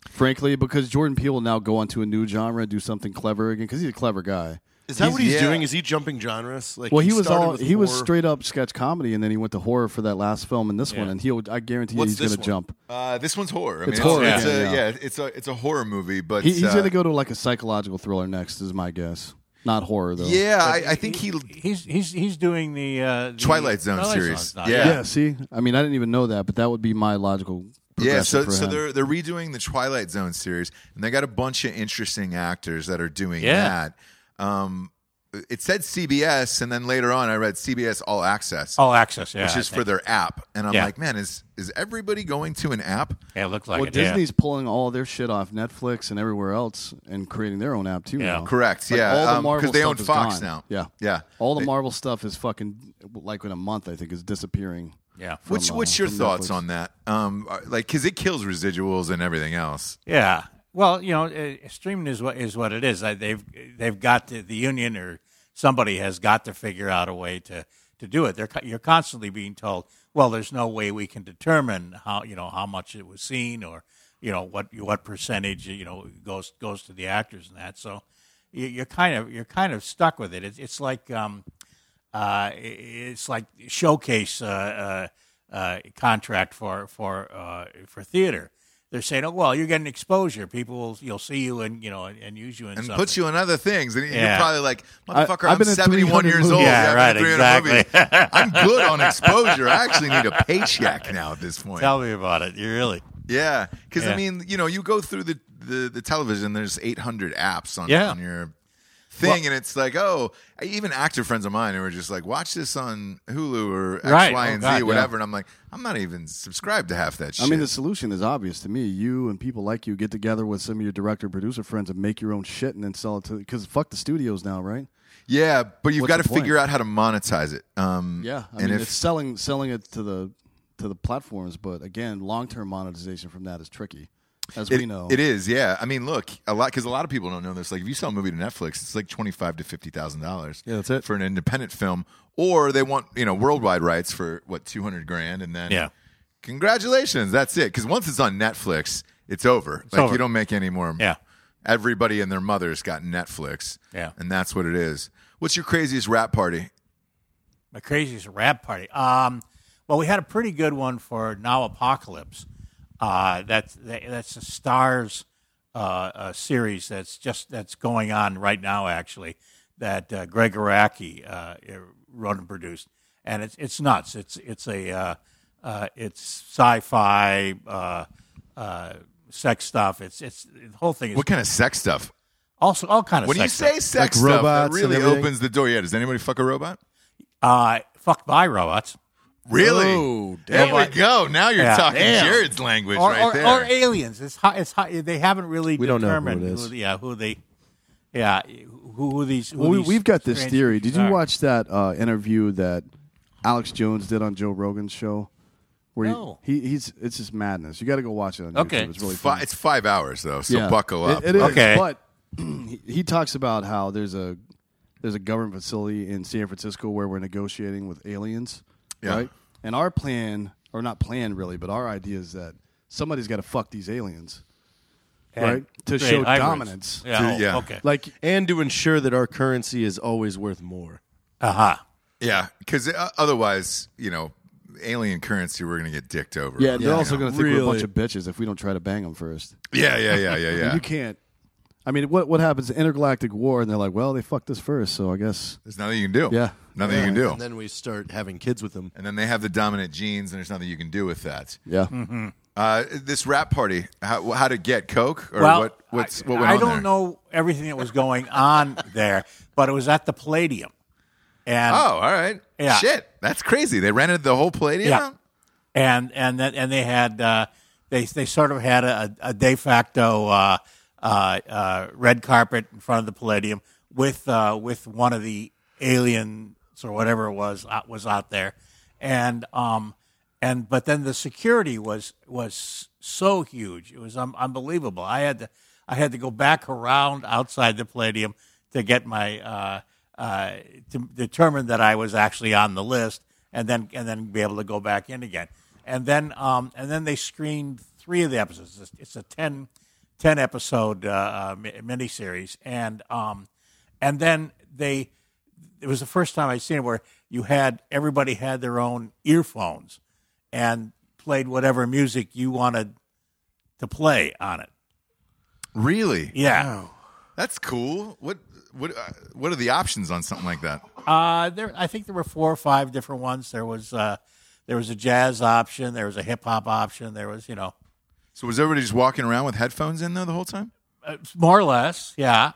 [SPEAKER 5] frankly, because Jordan Peele will now go onto a new genre and do something clever again because he's a clever guy.
[SPEAKER 4] Is that what he's
[SPEAKER 1] yeah.
[SPEAKER 4] doing? Is he jumping genres? Like,
[SPEAKER 5] Well, he, was
[SPEAKER 4] started
[SPEAKER 5] all
[SPEAKER 4] with
[SPEAKER 5] he was
[SPEAKER 4] horror.
[SPEAKER 5] straight up sketch comedy, and then he went to horror for that last film and this one, and he'll I guarantee you
[SPEAKER 4] What's
[SPEAKER 5] he's
[SPEAKER 4] this
[SPEAKER 5] going to
[SPEAKER 4] one?
[SPEAKER 5] jump.
[SPEAKER 1] Uh, this one's horror. I
[SPEAKER 5] It's
[SPEAKER 1] mean,
[SPEAKER 5] horror,
[SPEAKER 1] It's,
[SPEAKER 5] yeah.
[SPEAKER 1] a,
[SPEAKER 5] Yeah.
[SPEAKER 1] yeah, it's a it's a horror movie, but
[SPEAKER 5] He, he's
[SPEAKER 1] uh,
[SPEAKER 5] going to go to like a psychological thriller next, is my guess. Not horror though.
[SPEAKER 1] Yeah, I, I think he.
[SPEAKER 6] He's he's he's doing the, uh, the
[SPEAKER 1] Twilight Zone series.
[SPEAKER 6] Zone's not-
[SPEAKER 1] Yeah.
[SPEAKER 5] Yeah, See, I mean, I didn't even know that, but that would be my logical.
[SPEAKER 1] Yeah,
[SPEAKER 5] progression
[SPEAKER 1] so
[SPEAKER 5] for
[SPEAKER 1] so
[SPEAKER 5] him.
[SPEAKER 1] they're they're redoing the Twilight Zone series, and they got a bunch of interesting actors that are doing
[SPEAKER 6] Yeah.
[SPEAKER 1] that. Um, it said CBS, and then later on I read CBS All
[SPEAKER 5] Oh,
[SPEAKER 1] Access,
[SPEAKER 6] All access, yeah.
[SPEAKER 1] which
[SPEAKER 6] I
[SPEAKER 1] is for
[SPEAKER 6] think.
[SPEAKER 1] their app. And I'm
[SPEAKER 6] Yeah.
[SPEAKER 1] like, man, is is everybody going to an app?
[SPEAKER 6] Yeah, it looked like
[SPEAKER 5] well,
[SPEAKER 6] it. yeah.
[SPEAKER 5] Disney's pulling all their shit off Netflix and everywhere else and creating their own app too.
[SPEAKER 6] Yeah.
[SPEAKER 5] now.
[SPEAKER 1] Correct.
[SPEAKER 5] Like,
[SPEAKER 1] yeah.
[SPEAKER 5] all the
[SPEAKER 1] um,
[SPEAKER 5] Marvel
[SPEAKER 1] they
[SPEAKER 5] stuff
[SPEAKER 1] own
[SPEAKER 5] is
[SPEAKER 1] Fox
[SPEAKER 5] gone.
[SPEAKER 1] now.
[SPEAKER 5] Yeah,
[SPEAKER 1] Yeah.
[SPEAKER 5] All the
[SPEAKER 1] They-
[SPEAKER 5] Marvel stuff is fucking like in a month. I think is disappearing.
[SPEAKER 6] Yeah.
[SPEAKER 5] from,
[SPEAKER 1] What's
[SPEAKER 5] uh,
[SPEAKER 1] what's your
[SPEAKER 5] from
[SPEAKER 1] thoughts
[SPEAKER 5] Netflix.
[SPEAKER 1] on that? Um, are- like, because it kills residuals and everything else.
[SPEAKER 6] Yeah. Well, you know, uh, streaming is what is what it is. I, they've they've got to, the union or somebody has got to figure out a way to to do it. They're co- you're constantly being told, well, there's no way we can determine how you know how much it was seen or you know what what percentage you know goes goes to the actors and that. So you, you're kind of you're kind of stuck with it. It's it's like um, uh, it's like showcase uh, uh, uh, contract for for uh, for theater. They're saying, "Oh well, you're getting exposure. People will you'll see you and you know and, and use you
[SPEAKER 1] And
[SPEAKER 6] in something."
[SPEAKER 1] puts you in other things, and you're
[SPEAKER 6] Yeah.
[SPEAKER 1] probably like,
[SPEAKER 5] I-
[SPEAKER 1] "Motherfucker,
[SPEAKER 5] I've
[SPEAKER 1] I'm
[SPEAKER 5] been in
[SPEAKER 1] 71 years old.
[SPEAKER 5] 300 movies.
[SPEAKER 6] Yeah,
[SPEAKER 1] I've been in
[SPEAKER 6] right,
[SPEAKER 1] 300 movies. I'm good on exposure. I actually need a paycheck now at this point.
[SPEAKER 6] Tell me about it. You really?
[SPEAKER 1] Yeah, because I
[SPEAKER 6] Yeah.
[SPEAKER 1] mean, you know, you go through the the, the television. There's 800 apps on,
[SPEAKER 6] Yeah.
[SPEAKER 1] on your thing, and it's like, oh, I- even actor friends of mine who are just like, watch this on Hulu or X, Y,
[SPEAKER 6] Right. Oh,
[SPEAKER 1] and
[SPEAKER 6] God,
[SPEAKER 1] Z,
[SPEAKER 6] yeah.
[SPEAKER 1] whatever. And I'm like, I'm not even subscribed to half that shit.
[SPEAKER 5] I mean, the solution is obvious to me. You and people like you get together with some of your director, producer friends, and make your own shit, and then sell it to. Because fuck the studios now, right?
[SPEAKER 1] yeah, but you've
[SPEAKER 5] what's
[SPEAKER 1] got to
[SPEAKER 5] the point?
[SPEAKER 1] figure out how to monetize it. Um,
[SPEAKER 5] Yeah, I
[SPEAKER 1] and
[SPEAKER 5] mean,
[SPEAKER 1] if
[SPEAKER 5] it's selling selling it to the to the platforms, but again, long term monetization from that is tricky, as
[SPEAKER 1] it,
[SPEAKER 5] we know.
[SPEAKER 1] it is, yeah. I mean, look, a lot because a lot of people don't know this. Like, if you sell a movie to Netflix, it's like twenty five to fifty thousand dollars.
[SPEAKER 5] Yeah, that's it.
[SPEAKER 1] for an independent film, or they want you know worldwide rights for what two hundred grand, and then
[SPEAKER 6] Yeah.
[SPEAKER 1] congratulations, that's it. Because once it's on Netflix, it's over. like
[SPEAKER 6] over.
[SPEAKER 1] you don't make any more.
[SPEAKER 6] Yeah.
[SPEAKER 1] everybody and their mother's got Netflix.
[SPEAKER 6] Yeah.
[SPEAKER 1] and that's what it is. What's your craziest rap party?
[SPEAKER 6] My craziest rap party. Um, well, we had a pretty good one for Now Apocalypse. Uh, that's that, that's the Stars uh, uh, series that's just that's going on right now. Actually, that uh, Greg Araki uh, wrote and produced, and it's it's nuts. It's it's a uh, uh, it's sci-fi uh, uh, sex stuff. It's it's the whole thing is
[SPEAKER 1] What kind of sex stuff?
[SPEAKER 6] also all kind of
[SPEAKER 1] When you
[SPEAKER 6] sex
[SPEAKER 1] say sex
[SPEAKER 6] stuff.
[SPEAKER 5] Like
[SPEAKER 1] stuff, that
[SPEAKER 5] robots and
[SPEAKER 1] really
[SPEAKER 5] everything?
[SPEAKER 1] opens the door. Yeah, does anybody fuck a robot?
[SPEAKER 6] uh, fucked by robots.
[SPEAKER 1] Really?
[SPEAKER 5] Oh,
[SPEAKER 1] there
[SPEAKER 6] damn.
[SPEAKER 1] we go. Now you're
[SPEAKER 6] Yeah.
[SPEAKER 1] talking
[SPEAKER 6] Damn.
[SPEAKER 1] Jared's language
[SPEAKER 6] or,
[SPEAKER 1] right
[SPEAKER 6] or,
[SPEAKER 1] there.
[SPEAKER 6] or aliens. It's hot, it's hot. They haven't really
[SPEAKER 7] We don't know who it
[SPEAKER 6] determined
[SPEAKER 7] is.
[SPEAKER 6] yeah, who they, yeah, who, who these. Who
[SPEAKER 5] Well, we,
[SPEAKER 6] these
[SPEAKER 5] we've got this
[SPEAKER 6] strange
[SPEAKER 5] theory. Did
[SPEAKER 6] creatures
[SPEAKER 5] you
[SPEAKER 6] are.
[SPEAKER 5] watch that uh, interview that Alex Jones did on Joe Rogan's show? Where
[SPEAKER 6] No.
[SPEAKER 5] he, he, he's it's just madness. You got to go watch it on
[SPEAKER 6] Okay.
[SPEAKER 5] YouTube. It's really
[SPEAKER 1] Fi-
[SPEAKER 5] fun.
[SPEAKER 1] it's five hours though, so
[SPEAKER 5] Yeah.
[SPEAKER 1] buckle up.
[SPEAKER 5] It- it is,
[SPEAKER 6] Okay.
[SPEAKER 5] But he, he talks about how there's a there's a government facility in San Francisco where we're negotiating with aliens,
[SPEAKER 1] Yeah.
[SPEAKER 5] right? And our plan, or not plan really, but our idea is that somebody's got to fuck these aliens,
[SPEAKER 6] And
[SPEAKER 5] right, to
[SPEAKER 6] great
[SPEAKER 5] show
[SPEAKER 6] hybrids.
[SPEAKER 5] dominance.
[SPEAKER 6] Yeah.
[SPEAKER 1] To- yeah.
[SPEAKER 6] oh, Okay.
[SPEAKER 5] Like
[SPEAKER 4] and to ensure that our currency is always worth more.
[SPEAKER 6] Uh-huh.
[SPEAKER 1] yeah, because uh, otherwise, you know, alien currency, we're gonna get dicked over.
[SPEAKER 5] Yeah, and they're
[SPEAKER 1] You
[SPEAKER 5] also
[SPEAKER 1] know?
[SPEAKER 5] going to think we're a bunch
[SPEAKER 4] Really?
[SPEAKER 5] of bitches if we don't try to bang them first.
[SPEAKER 1] Yeah, yeah, yeah, yeah,
[SPEAKER 5] I mean,
[SPEAKER 1] yeah.
[SPEAKER 5] you can't. I mean, what what happens? Intergalactic war, and they're like, "Well, they fucked us first, so I guess."
[SPEAKER 1] There's nothing you can do.
[SPEAKER 5] Yeah.
[SPEAKER 1] nothing you can do.
[SPEAKER 4] And then we start having kids with them.
[SPEAKER 1] And then they have the dominant genes, and there's nothing you can do with that.
[SPEAKER 5] Yeah,
[SPEAKER 1] Uh, this rap party, how, how to get coke, or
[SPEAKER 6] Well,
[SPEAKER 1] what? What's
[SPEAKER 6] I,
[SPEAKER 1] what went
[SPEAKER 6] I
[SPEAKER 1] on
[SPEAKER 6] don't
[SPEAKER 1] there?
[SPEAKER 6] know everything that was going on there, but it was at the Palladium, and
[SPEAKER 1] Oh, all right.
[SPEAKER 6] Yeah.
[SPEAKER 1] Shit, that's crazy. They rented the whole Palladium.
[SPEAKER 6] Yeah. and and then and they had uh, they they sort of had a, a de facto uh, uh, uh, red carpet in front of the Palladium with uh, with one of the aliens or whatever it was uh, was out there, and um and but then the security was was so huge it was un- unbelievable. I had to I had to go back around outside the Palladium to get my. Uh, uh, to determine that I was actually on the list, and then and then be able to go back in again. And then um, and then they screened three of the episodes. It's, it's a 10, 10 episode uh, uh, mi- miniseries, and um, and then they it was the first time I'd seen it where you had everybody had their own earphones and played whatever music you wanted to play on it.
[SPEAKER 1] Really?
[SPEAKER 6] Yeah.
[SPEAKER 1] That's cool. What? What? Uh, what are the options on something like that?
[SPEAKER 6] Uh, there, I think there were four or five different ones. There was uh, there was a jazz option. There was a hip hop option. There was you know
[SPEAKER 1] So was everybody just walking around with headphones in though the whole time?
[SPEAKER 6] uh, more or less, yeah.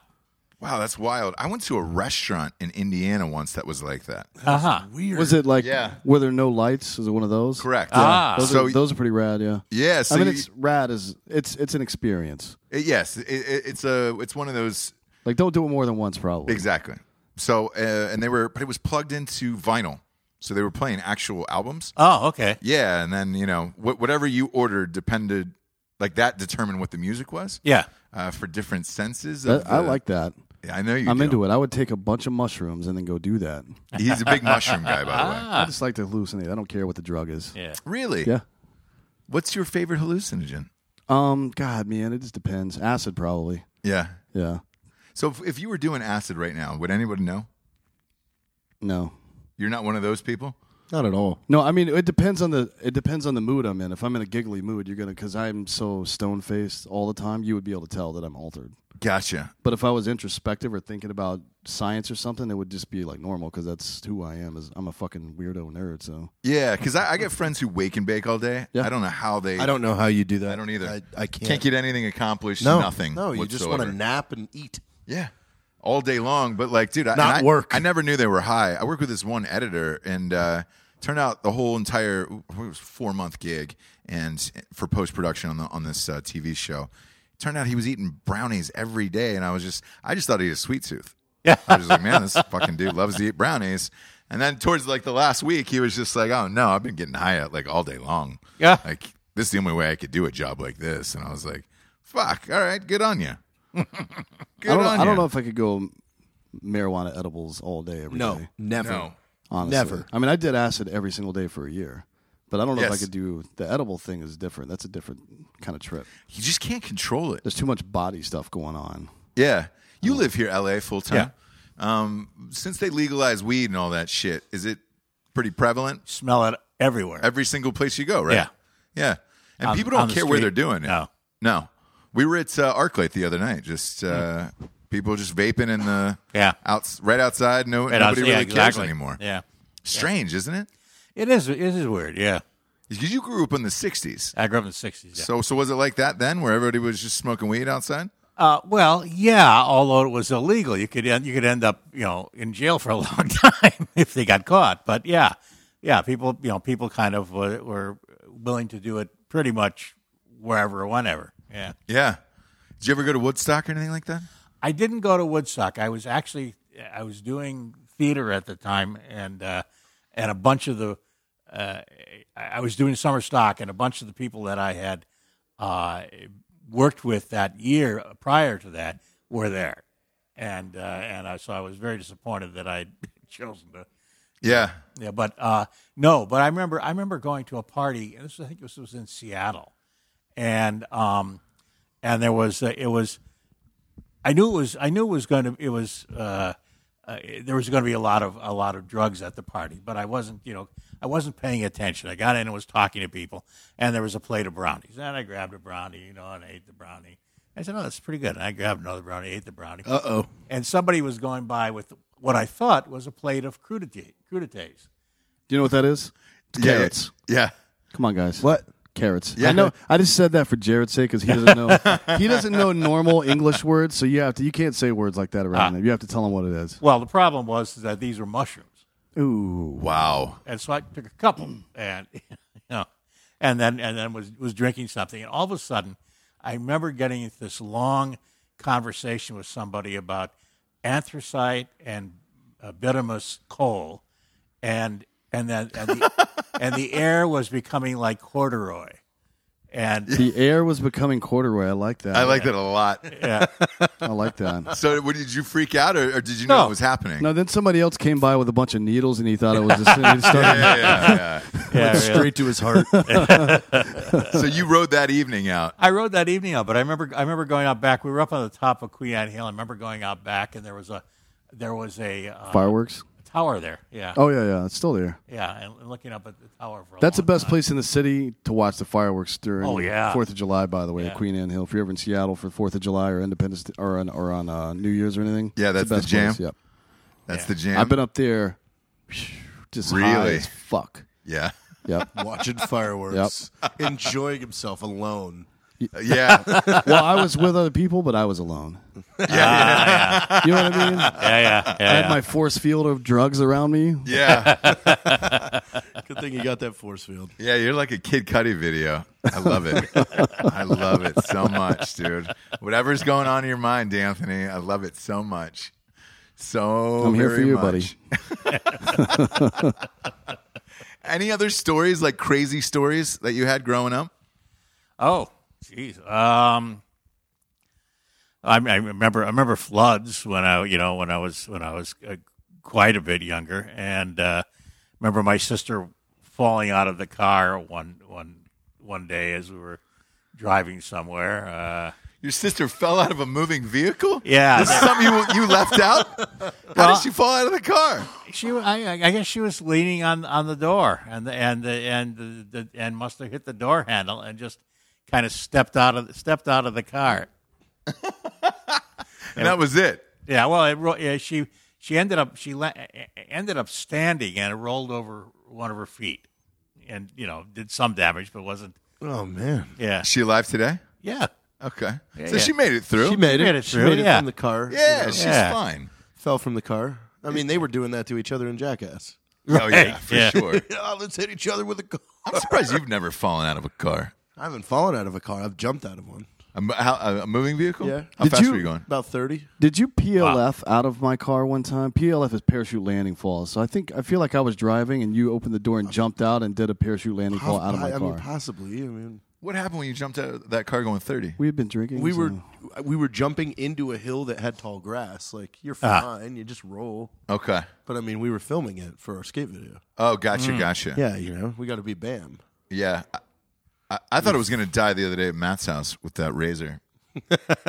[SPEAKER 1] Wow, that's wild. I went to a restaurant in Indiana once that was like that.
[SPEAKER 6] Uh huh.
[SPEAKER 4] Weird.
[SPEAKER 5] Was it like
[SPEAKER 1] Yeah.
[SPEAKER 5] were there no lights? Was it one of those?
[SPEAKER 1] Correct.
[SPEAKER 6] Ah.
[SPEAKER 5] Those,
[SPEAKER 1] So-
[SPEAKER 5] are, those are pretty rad. Yeah.
[SPEAKER 1] Yeah. So
[SPEAKER 5] I mean,
[SPEAKER 1] you-
[SPEAKER 5] it's rad. Is it's it's an experience.
[SPEAKER 1] it- yes, it, it, it's a it's one of those
[SPEAKER 5] Like don't do it more than once, probably.
[SPEAKER 1] exactly. So uh, and they were, but it was plugged into vinyl, so they were playing actual albums.
[SPEAKER 6] Oh, okay.
[SPEAKER 1] Yeah, and then you know wh- whatever you ordered depended, like that determined what the music was
[SPEAKER 6] Yeah.
[SPEAKER 1] uh, for different senses.
[SPEAKER 5] I,
[SPEAKER 1] Of
[SPEAKER 5] I
[SPEAKER 1] the-
[SPEAKER 5] like that.
[SPEAKER 1] Yeah, I know you.
[SPEAKER 5] I'm into it. I would take a bunch of mushrooms and then go do that.
[SPEAKER 1] He's a big mushroom guy, by the
[SPEAKER 4] Ah.
[SPEAKER 1] way.
[SPEAKER 5] I just like to hallucinate. I don't care what the drug is.
[SPEAKER 6] Yeah.
[SPEAKER 1] Really?
[SPEAKER 5] Yeah.
[SPEAKER 1] What's your favorite hallucinogen?
[SPEAKER 5] Um. God, man, it just depends. Acid, probably.
[SPEAKER 1] Yeah.
[SPEAKER 5] Yeah.
[SPEAKER 1] So if, if you were doing acid right now, would anybody know?
[SPEAKER 5] No.
[SPEAKER 1] You're not one of those people.
[SPEAKER 4] Not at all.
[SPEAKER 5] No, I mean it depends on the it depends on the mood I'm in. If I'm in a giggly mood, you're gonna because I'm so stone faced all the time, you would be able to tell that I'm altered.
[SPEAKER 1] Gotcha.
[SPEAKER 5] But if I was introspective or thinking about science or something, it would just be like normal because that's who I am. Is I'm a fucking weirdo nerd. So
[SPEAKER 1] Yeah, because I, I get friends who wake and bake all day.
[SPEAKER 5] Yeah.
[SPEAKER 1] I don't know how they.
[SPEAKER 4] I don't know how you do that.
[SPEAKER 1] I don't either.
[SPEAKER 4] I, I can't.
[SPEAKER 1] Can't get anything accomplished.
[SPEAKER 4] no,
[SPEAKER 1] Nothing.
[SPEAKER 4] No, you just want
[SPEAKER 1] whatsoever.
[SPEAKER 4] to nap and eat.
[SPEAKER 1] Yeah. All day long, but like, dude, I,
[SPEAKER 4] Not
[SPEAKER 1] and I-
[SPEAKER 4] work.
[SPEAKER 1] I never knew they were high. I worked with this one editor, and uh, turned out the whole entire it was four month gig, and for post production on the on this uh, TV show, turned out he was eating brownies every day, and I was just, I just thought he had a sweet tooth. Yeah, I was just like, man, this fucking dude loves to eat brownies. And then towards like the last week, he was just like, oh no, I've been getting high at like all day long.
[SPEAKER 6] Yeah.
[SPEAKER 1] like this is the only way I could do a job like this. And I was like, fuck, all right, good on you. Good
[SPEAKER 5] I don't
[SPEAKER 1] on
[SPEAKER 5] I don't
[SPEAKER 1] ya.
[SPEAKER 5] know if I could go marijuana edibles all day every day.
[SPEAKER 4] No, never.
[SPEAKER 1] No.
[SPEAKER 5] honestly.
[SPEAKER 4] never.
[SPEAKER 5] I mean, I did acid every single day for a year, but I don't know if I
[SPEAKER 1] Yes.
[SPEAKER 5] could do the edible thing. Is different. That's a different kind of trip.
[SPEAKER 1] You just can't control it.
[SPEAKER 5] There's too much body stuff going on.
[SPEAKER 1] Yeah.
[SPEAKER 6] Mm.
[SPEAKER 1] You live here, LA, full time. Um, since they legalized weed and all that shit, is it pretty prevalent?
[SPEAKER 6] Smell it everywhere.
[SPEAKER 1] Every single place you go, right?
[SPEAKER 6] Yeah.
[SPEAKER 1] Yeah. And
[SPEAKER 6] On-
[SPEAKER 1] people
[SPEAKER 6] on
[SPEAKER 1] don't
[SPEAKER 6] the
[SPEAKER 1] care where
[SPEAKER 6] street.
[SPEAKER 1] they're doing it.
[SPEAKER 6] No.
[SPEAKER 1] No. We were at uh, Arclight the other night, just uh, people just vaping in the
[SPEAKER 6] Mm. Yeah.
[SPEAKER 1] outs, right outside. No,
[SPEAKER 6] And I was-
[SPEAKER 1] nobody
[SPEAKER 6] yeah,
[SPEAKER 1] really
[SPEAKER 6] exactly.
[SPEAKER 1] cares anymore.
[SPEAKER 6] Yeah.
[SPEAKER 1] Strange, isn't it?
[SPEAKER 6] It is. It is weird. Yeah.
[SPEAKER 1] Because you grew up in the '60s,
[SPEAKER 6] I grew up in the sixties. Yeah.
[SPEAKER 1] so so was it like that then, where everybody was just smoking weed outside?
[SPEAKER 6] Uh, well, yeah. Although it was illegal, you could end, you could end up you know in jail for a long time if they got caught. But yeah, yeah. People you know people kind of were, were willing to do it pretty much wherever, whenever. Yeah.
[SPEAKER 1] Yeah. Did you ever go to Woodstock or anything like that?
[SPEAKER 6] I didn't go to Woodstock. I was actually I was doing theater at the time, and uh, and a bunch of the uh, I I was doing summer stock, and a bunch of the people that I had uh, worked with that year prior to that were there, and uh, and I, so I was very disappointed that I'd chosen to
[SPEAKER 1] Yeah.
[SPEAKER 6] yeah, but uh, no, but I remember I remember going to a party. And this was- I think this was in Seattle, and um, and there was uh, it was. I knew it was. I knew it was going to. It was. Uh, uh, there was going to be a lot of a lot of drugs at the party, but I wasn't. You know, I wasn't paying attention. I got in and was talking to people, and there was a plate of brownies, and I grabbed a brownie. You know, and I ate the brownie. I said, "Oh, that's pretty good." And I grabbed another brownie, ate the brownie. Uh oh. And somebody was going by with what I thought was a plate of crudité, crudités.
[SPEAKER 5] Do you know what that is?
[SPEAKER 1] Yeah,
[SPEAKER 5] Carrots.
[SPEAKER 1] Yeah.
[SPEAKER 5] Come on, guys.
[SPEAKER 4] What?
[SPEAKER 5] Carrots.
[SPEAKER 1] Yeah.
[SPEAKER 5] I know. I just said that for Jared's sake because he doesn't know. he doesn't know normal English words, so you have to. You can't say words like that
[SPEAKER 1] Ah.
[SPEAKER 5] around him. You have to tell him what it is.
[SPEAKER 6] Well, the problem was that these were mushrooms,
[SPEAKER 5] Ooh.
[SPEAKER 1] Wow.
[SPEAKER 6] and so I took a couple, and you know, and then and then was was drinking something, and all of a sudden, I remember getting into this long conversation with somebody about anthracite and uh, bituminous coal, and and then and the, and the air was becoming like corduroy, and
[SPEAKER 5] The air was becoming corduroy. I like that.
[SPEAKER 1] I like that a lot.
[SPEAKER 5] I like that.
[SPEAKER 1] So, what, did you freak out, or, or did you know
[SPEAKER 6] No.
[SPEAKER 1] it was happening?
[SPEAKER 5] No, then somebody else came by with a bunch of needles, and he thought it was just. he started-
[SPEAKER 1] Yeah, yeah,
[SPEAKER 6] yeah, really.
[SPEAKER 4] Straight to his heart.
[SPEAKER 1] yeah. so you rode that evening out.
[SPEAKER 6] I rode that evening out, but I remember I remember going out back. We were up on the top of Queen Hill. I remember going out back, and there was a there was a uh,
[SPEAKER 5] Fireworks.
[SPEAKER 6] tower there. Yeah.
[SPEAKER 5] Oh yeah, yeah. It's still there.
[SPEAKER 6] Yeah, and looking up at the tower for a
[SPEAKER 5] That's the
[SPEAKER 6] long
[SPEAKER 5] best
[SPEAKER 6] time.
[SPEAKER 5] place in the city to watch the fireworks during
[SPEAKER 6] Oh, yeah.
[SPEAKER 5] Fourth of July. By the way, at Queen Anne Hill. If you're ever in Seattle for Fourth of July or Independence Day- or on or on uh, New Year's or anything,
[SPEAKER 1] Yeah,
[SPEAKER 5] it's
[SPEAKER 1] that's the jam.
[SPEAKER 5] Place. Yep,
[SPEAKER 1] That's the jam.
[SPEAKER 5] I've been up there, phew, just high
[SPEAKER 1] Really?
[SPEAKER 5] as fuck.
[SPEAKER 1] yeah.
[SPEAKER 5] Yep.
[SPEAKER 4] Watching fireworks. Enjoying himself alone.
[SPEAKER 1] Yeah.
[SPEAKER 5] well, I was with other people, but I was alone. You know what I mean?
[SPEAKER 6] Yeah, yeah,
[SPEAKER 5] I
[SPEAKER 6] yeah.
[SPEAKER 5] had my force field of drugs around me.
[SPEAKER 1] Yeah.
[SPEAKER 4] Good thing you got that force field.
[SPEAKER 1] Yeah, you're like a Kid Cudi video. I love it. I love it so much, dude. Whatever's going on in your mind, Anthony, I love it so much.
[SPEAKER 4] Oh,
[SPEAKER 1] So
[SPEAKER 5] I'm here
[SPEAKER 1] very
[SPEAKER 5] for you,
[SPEAKER 1] much.
[SPEAKER 5] buddy.
[SPEAKER 1] Any other stories, like crazy stories that you had growing up?
[SPEAKER 6] Oh, jeez. Um, I, I remember I remember floods when I you know when I was when I was uh, quite a bit younger, and uh, remember my sister falling out of the car one one one day as we were driving somewhere. Uh,
[SPEAKER 1] Your sister fell out of a moving vehicle?
[SPEAKER 6] yeah,
[SPEAKER 1] This is something you, you left out? How did she fall out of the car?
[SPEAKER 6] she I, I guess she was leaning on on the door and the, and the, and the, the, and must have hit the door handle and just kind of stepped out of stepped out of the car.
[SPEAKER 1] And that was it.
[SPEAKER 6] Yeah, well, it, ro- yeah, she she ended up she la- e- ended up standing and it rolled over one of her feet, and you know did some damage, but wasn't.
[SPEAKER 4] Oh man,
[SPEAKER 6] Yeah,
[SPEAKER 1] Is she alive today?
[SPEAKER 6] yeah,
[SPEAKER 1] Okay. so
[SPEAKER 6] yeah.
[SPEAKER 1] she made it through.
[SPEAKER 4] she made it.
[SPEAKER 6] Made it
[SPEAKER 4] she
[SPEAKER 6] through,
[SPEAKER 4] made it
[SPEAKER 6] yeah.
[SPEAKER 4] from the car.
[SPEAKER 1] yeah,
[SPEAKER 4] You know,
[SPEAKER 1] she's
[SPEAKER 6] Yeah.
[SPEAKER 1] fine.
[SPEAKER 4] fell from the car. I mean, they were doing that to each other in Jackass.
[SPEAKER 1] Oh, yeah, for
[SPEAKER 6] Yeah.
[SPEAKER 1] sure.
[SPEAKER 4] oh, let's hit each other with a car.
[SPEAKER 1] I'm surprised you've never fallen out of a car.
[SPEAKER 4] I haven't fallen out of a car. I've jumped out of one.
[SPEAKER 1] A, mo- how, a- a moving vehicle?
[SPEAKER 4] Yeah.
[SPEAKER 1] How
[SPEAKER 5] Did
[SPEAKER 1] fast
[SPEAKER 5] you-
[SPEAKER 1] were you going?
[SPEAKER 4] About thirty.
[SPEAKER 5] Did you PLF out of my car one time? PLF is parachute landing falls. So I think I feel like I was driving and you opened the door and jumped out and did a parachute landing fall out of my
[SPEAKER 4] I mean,
[SPEAKER 5] car.
[SPEAKER 4] possibly. I mean,
[SPEAKER 1] What happened when you jumped out of that car going 30?
[SPEAKER 5] We had been drinking.
[SPEAKER 4] we were
[SPEAKER 5] so-
[SPEAKER 4] we were jumping into a hill that had tall grass. Like you're fine. You just roll.
[SPEAKER 1] Okay.
[SPEAKER 4] But I mean, we were filming it for our skate video.
[SPEAKER 1] Oh, gotcha, gotcha.
[SPEAKER 4] Yeah, you know, we got to be bam.
[SPEAKER 1] Yeah. I, I, I thought I was going to die the other day at Matt's house with that razor.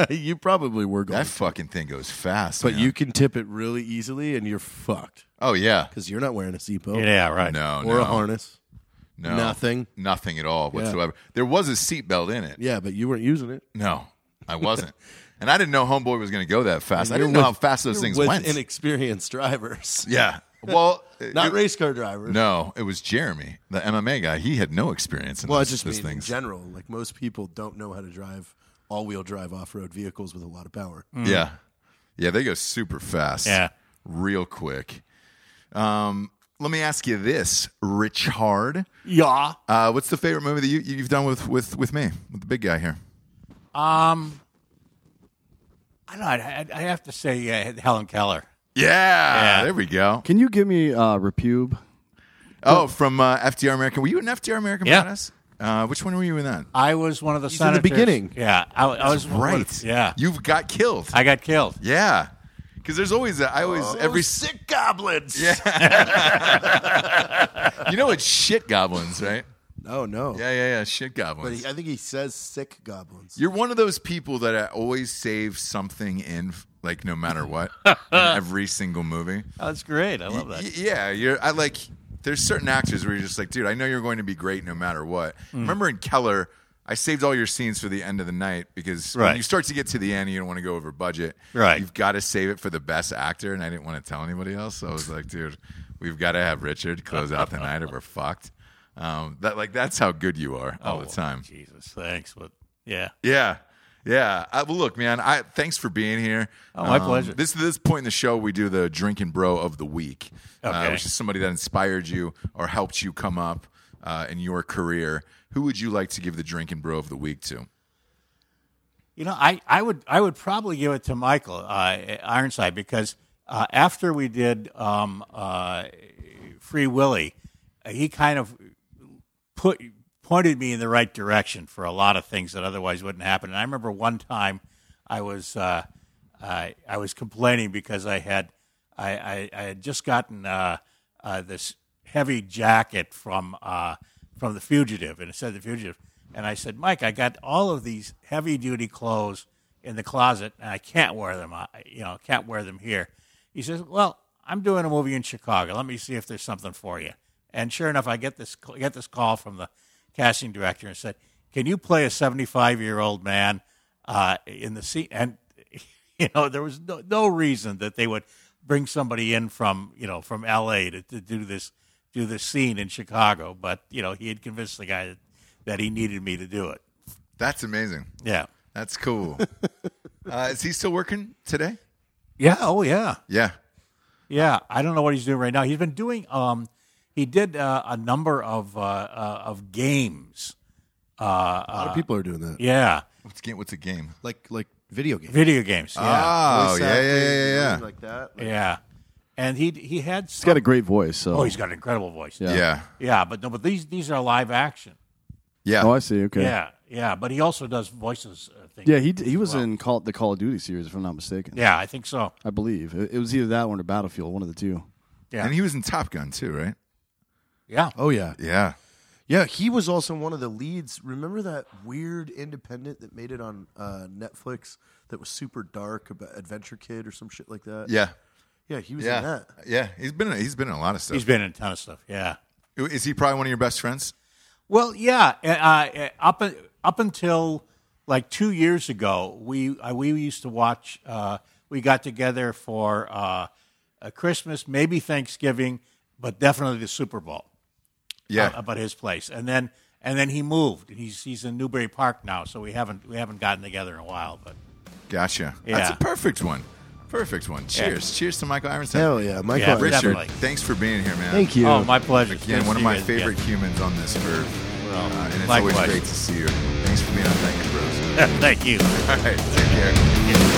[SPEAKER 4] you probably were going,
[SPEAKER 1] That fucking thing goes fast.
[SPEAKER 4] but
[SPEAKER 1] man.
[SPEAKER 4] you can tip it really easily, and you're fucked
[SPEAKER 1] Oh, yeah.
[SPEAKER 4] because you're not wearing a seatbelt
[SPEAKER 6] yeah, right.
[SPEAKER 1] No,
[SPEAKER 4] or
[SPEAKER 1] no.
[SPEAKER 4] a harness.
[SPEAKER 1] No.
[SPEAKER 4] Nothing.
[SPEAKER 1] Nothing at all whatsoever. There was a seatbelt in it.
[SPEAKER 4] Yeah, but you weren't using it.
[SPEAKER 1] No, I wasn't. and I didn't know Homeboy was going to go that fast. I
[SPEAKER 4] You're
[SPEAKER 1] didn't know
[SPEAKER 4] with-
[SPEAKER 1] how fast those
[SPEAKER 4] you're
[SPEAKER 1] things
[SPEAKER 4] with
[SPEAKER 1] went.
[SPEAKER 4] Inexperienced drivers,
[SPEAKER 1] yeah. Well,
[SPEAKER 4] not
[SPEAKER 1] it-
[SPEAKER 4] race car drivers.
[SPEAKER 1] No, it was Jeremy, the MMA guy. He had no experience in
[SPEAKER 4] well, I
[SPEAKER 1] this,
[SPEAKER 4] just
[SPEAKER 1] this
[SPEAKER 4] mean in
[SPEAKER 1] things.
[SPEAKER 4] general. Like most people don't know how to drive all-wheel drive off-road vehicles with a lot of power.
[SPEAKER 1] Yeah. Yeah, they go super fast.
[SPEAKER 6] Yeah.
[SPEAKER 1] Real quick. Um, let me ask you this, Richard.
[SPEAKER 6] Yeah.
[SPEAKER 1] Uh, what's the favorite movie that you, you've done with, with, with me, with the big guy here?
[SPEAKER 6] Um, I don't know. I, I have to say uh, Helen Keller.
[SPEAKER 1] Yeah,
[SPEAKER 6] Yeah.
[SPEAKER 1] there we go.
[SPEAKER 5] Can you give me uh, repube?
[SPEAKER 1] Oh, from uh, FDR American. Were you an FDR American
[SPEAKER 6] Yeah.
[SPEAKER 1] badass? Uh, which one were you in that?
[SPEAKER 6] I was one of the
[SPEAKER 4] in the
[SPEAKER 6] senators.
[SPEAKER 4] beginning.
[SPEAKER 6] Yeah, I, I was one-
[SPEAKER 1] Right.
[SPEAKER 6] yeah,
[SPEAKER 1] You got killed.
[SPEAKER 6] I got killed.
[SPEAKER 1] yeah. Because there's always, a, I always, every,
[SPEAKER 4] Oh, sick goblins. Yeah.
[SPEAKER 1] you know it's shit goblins, right?
[SPEAKER 4] No, no.
[SPEAKER 1] Yeah, yeah, yeah, shit goblins.
[SPEAKER 4] But he, I think he says sick goblins.
[SPEAKER 1] You're one of those people that I always save something in, like no matter what, in every single movie.
[SPEAKER 6] Oh, that's great. I love
[SPEAKER 1] Y-
[SPEAKER 6] that.
[SPEAKER 1] yeah, you're. I like. There's certain actors where you're just like, dude, I know you're going to be great no matter what.
[SPEAKER 6] Mm.
[SPEAKER 1] Remember in Keller, I saved all your scenes for the end of the night because when
[SPEAKER 6] Right.
[SPEAKER 1] you start to get to the end, you don't want to go over budget.
[SPEAKER 6] Right.
[SPEAKER 1] You've got to save it for the best actor, and I didn't want to tell anybody else. So I was like, dude, we've got to have Richard close out the night, or we're fucked. Um, that like that's how good you are all
[SPEAKER 6] Oh,
[SPEAKER 1] the time.
[SPEAKER 6] Jesus, thanks. But yeah,
[SPEAKER 1] Yeah. Yeah. I, well, look, man, I thanks for being here. Um,
[SPEAKER 6] Oh, my pleasure.
[SPEAKER 1] This this point in the show, we do the drinking bro of the week, uh,
[SPEAKER 6] Okay.
[SPEAKER 1] which is somebody that inspired you or helped you come up uh, in your career. Who would you like to give the drinking bro of the week to?
[SPEAKER 6] You know, I, I would I would probably give it to Michael uh, Ironside because uh, after we did um, uh, Free Willy, uh, he kind of put pointed me in the right direction for a lot of things that otherwise wouldn't happen. And I remember one time I was uh, I, I was complaining because I had I, I, I had just gotten uh, uh, this heavy jacket from uh, from the fugitive, and it said the fugitive. And I said, Mike, I got all of these heavy duty clothes in the closet, and I can't wear them. I, you know, can't wear them here. He says, Well, I'm doing a movie in Chicago. Let me see if there's something for you. And sure enough, I get this get this call from the casting director and said, "Can you play a 75 year old man uh, in the scene?" And you know, there was no, no reason that they would bring somebody in from you know from L.A. to, to do this do this scene in Chicago. But you know, he had convinced the guy that, that he needed me to do it.
[SPEAKER 1] That's amazing.
[SPEAKER 6] Yeah.
[SPEAKER 1] That's cool. uh, is he still working today?
[SPEAKER 6] Yeah. Oh, yeah.
[SPEAKER 1] Yeah.
[SPEAKER 6] Yeah. I don't know what he's doing right now. He's been doing. Um, he did uh, a number of uh, uh, of games. Uh,
[SPEAKER 4] A lot
[SPEAKER 6] uh,
[SPEAKER 4] of people are doing that.
[SPEAKER 6] yeah,
[SPEAKER 1] What's game? What's a game?
[SPEAKER 4] Like like video games.
[SPEAKER 6] video games. Yeah,
[SPEAKER 5] Ah.
[SPEAKER 1] Oh
[SPEAKER 4] Voice
[SPEAKER 1] yeah, yeah,
[SPEAKER 4] acting,
[SPEAKER 1] yeah, yeah.
[SPEAKER 4] Like that.
[SPEAKER 6] yeah. And he he had.
[SPEAKER 5] He's got a great voice. So.
[SPEAKER 6] oh, he's got an incredible voice.
[SPEAKER 5] Yeah.
[SPEAKER 1] yeah. yeah.
[SPEAKER 6] Yeah, but no, but these these are live action.
[SPEAKER 1] Yeah.
[SPEAKER 5] Oh, I see. Okay.
[SPEAKER 6] Yeah, yeah, but he also does voices. Uh, things.
[SPEAKER 5] Yeah, he d- he was in Call, the Call of Duty series, if I'm not mistaken.
[SPEAKER 6] yeah, I think so.
[SPEAKER 5] I believe it, it was either that one or Battlefield, one of the two.
[SPEAKER 6] Yeah,
[SPEAKER 1] And he was in Top Gun too, right?
[SPEAKER 6] yeah,
[SPEAKER 4] Oh yeah.
[SPEAKER 1] Yeah.
[SPEAKER 4] Yeah, he was also one of the leads. Remember that weird independent that made it on uh, Netflix that was super dark about Adventure Kid or some shit like that?
[SPEAKER 1] Yeah.
[SPEAKER 4] Yeah, he was
[SPEAKER 1] Yeah.
[SPEAKER 4] in that.
[SPEAKER 1] Yeah. He's been he's been in a lot of stuff.
[SPEAKER 6] he's been in a ton of stuff. Yeah.
[SPEAKER 1] Is he probably one of your best friends?
[SPEAKER 6] Well, yeah. uh, Uh, up up until like two years ago, we uh, we used to watch. Uh, we got together for uh, a Christmas, maybe Thanksgiving, but definitely the Super Bowl.
[SPEAKER 1] Yeah.
[SPEAKER 6] uh, about his place, and then and then he moved. He's he's in Newbury Park now, so we haven't we haven't gotten together in a while. But
[SPEAKER 1] gotcha. That's
[SPEAKER 6] Yeah.
[SPEAKER 1] a perfect one. Perfect one. Cheers. Cheers to Michael Ironson.
[SPEAKER 4] Hell yeah, Michael.
[SPEAKER 6] Yeah,
[SPEAKER 4] Iverson.
[SPEAKER 1] Richard,
[SPEAKER 6] Definitely.
[SPEAKER 1] thanks for being here, man.
[SPEAKER 5] Thank you.
[SPEAKER 6] oh, my pleasure.
[SPEAKER 1] Again, one
[SPEAKER 6] Good to
[SPEAKER 1] of
[SPEAKER 6] see
[SPEAKER 1] my
[SPEAKER 6] you.
[SPEAKER 1] favorite
[SPEAKER 6] Yeah.
[SPEAKER 1] humans on this earth.
[SPEAKER 6] Well,
[SPEAKER 1] uh, and it's
[SPEAKER 6] likewise.
[SPEAKER 1] always great to see you. Thanks for being on Thank You Bros.
[SPEAKER 6] Thank you.
[SPEAKER 1] All right, take care.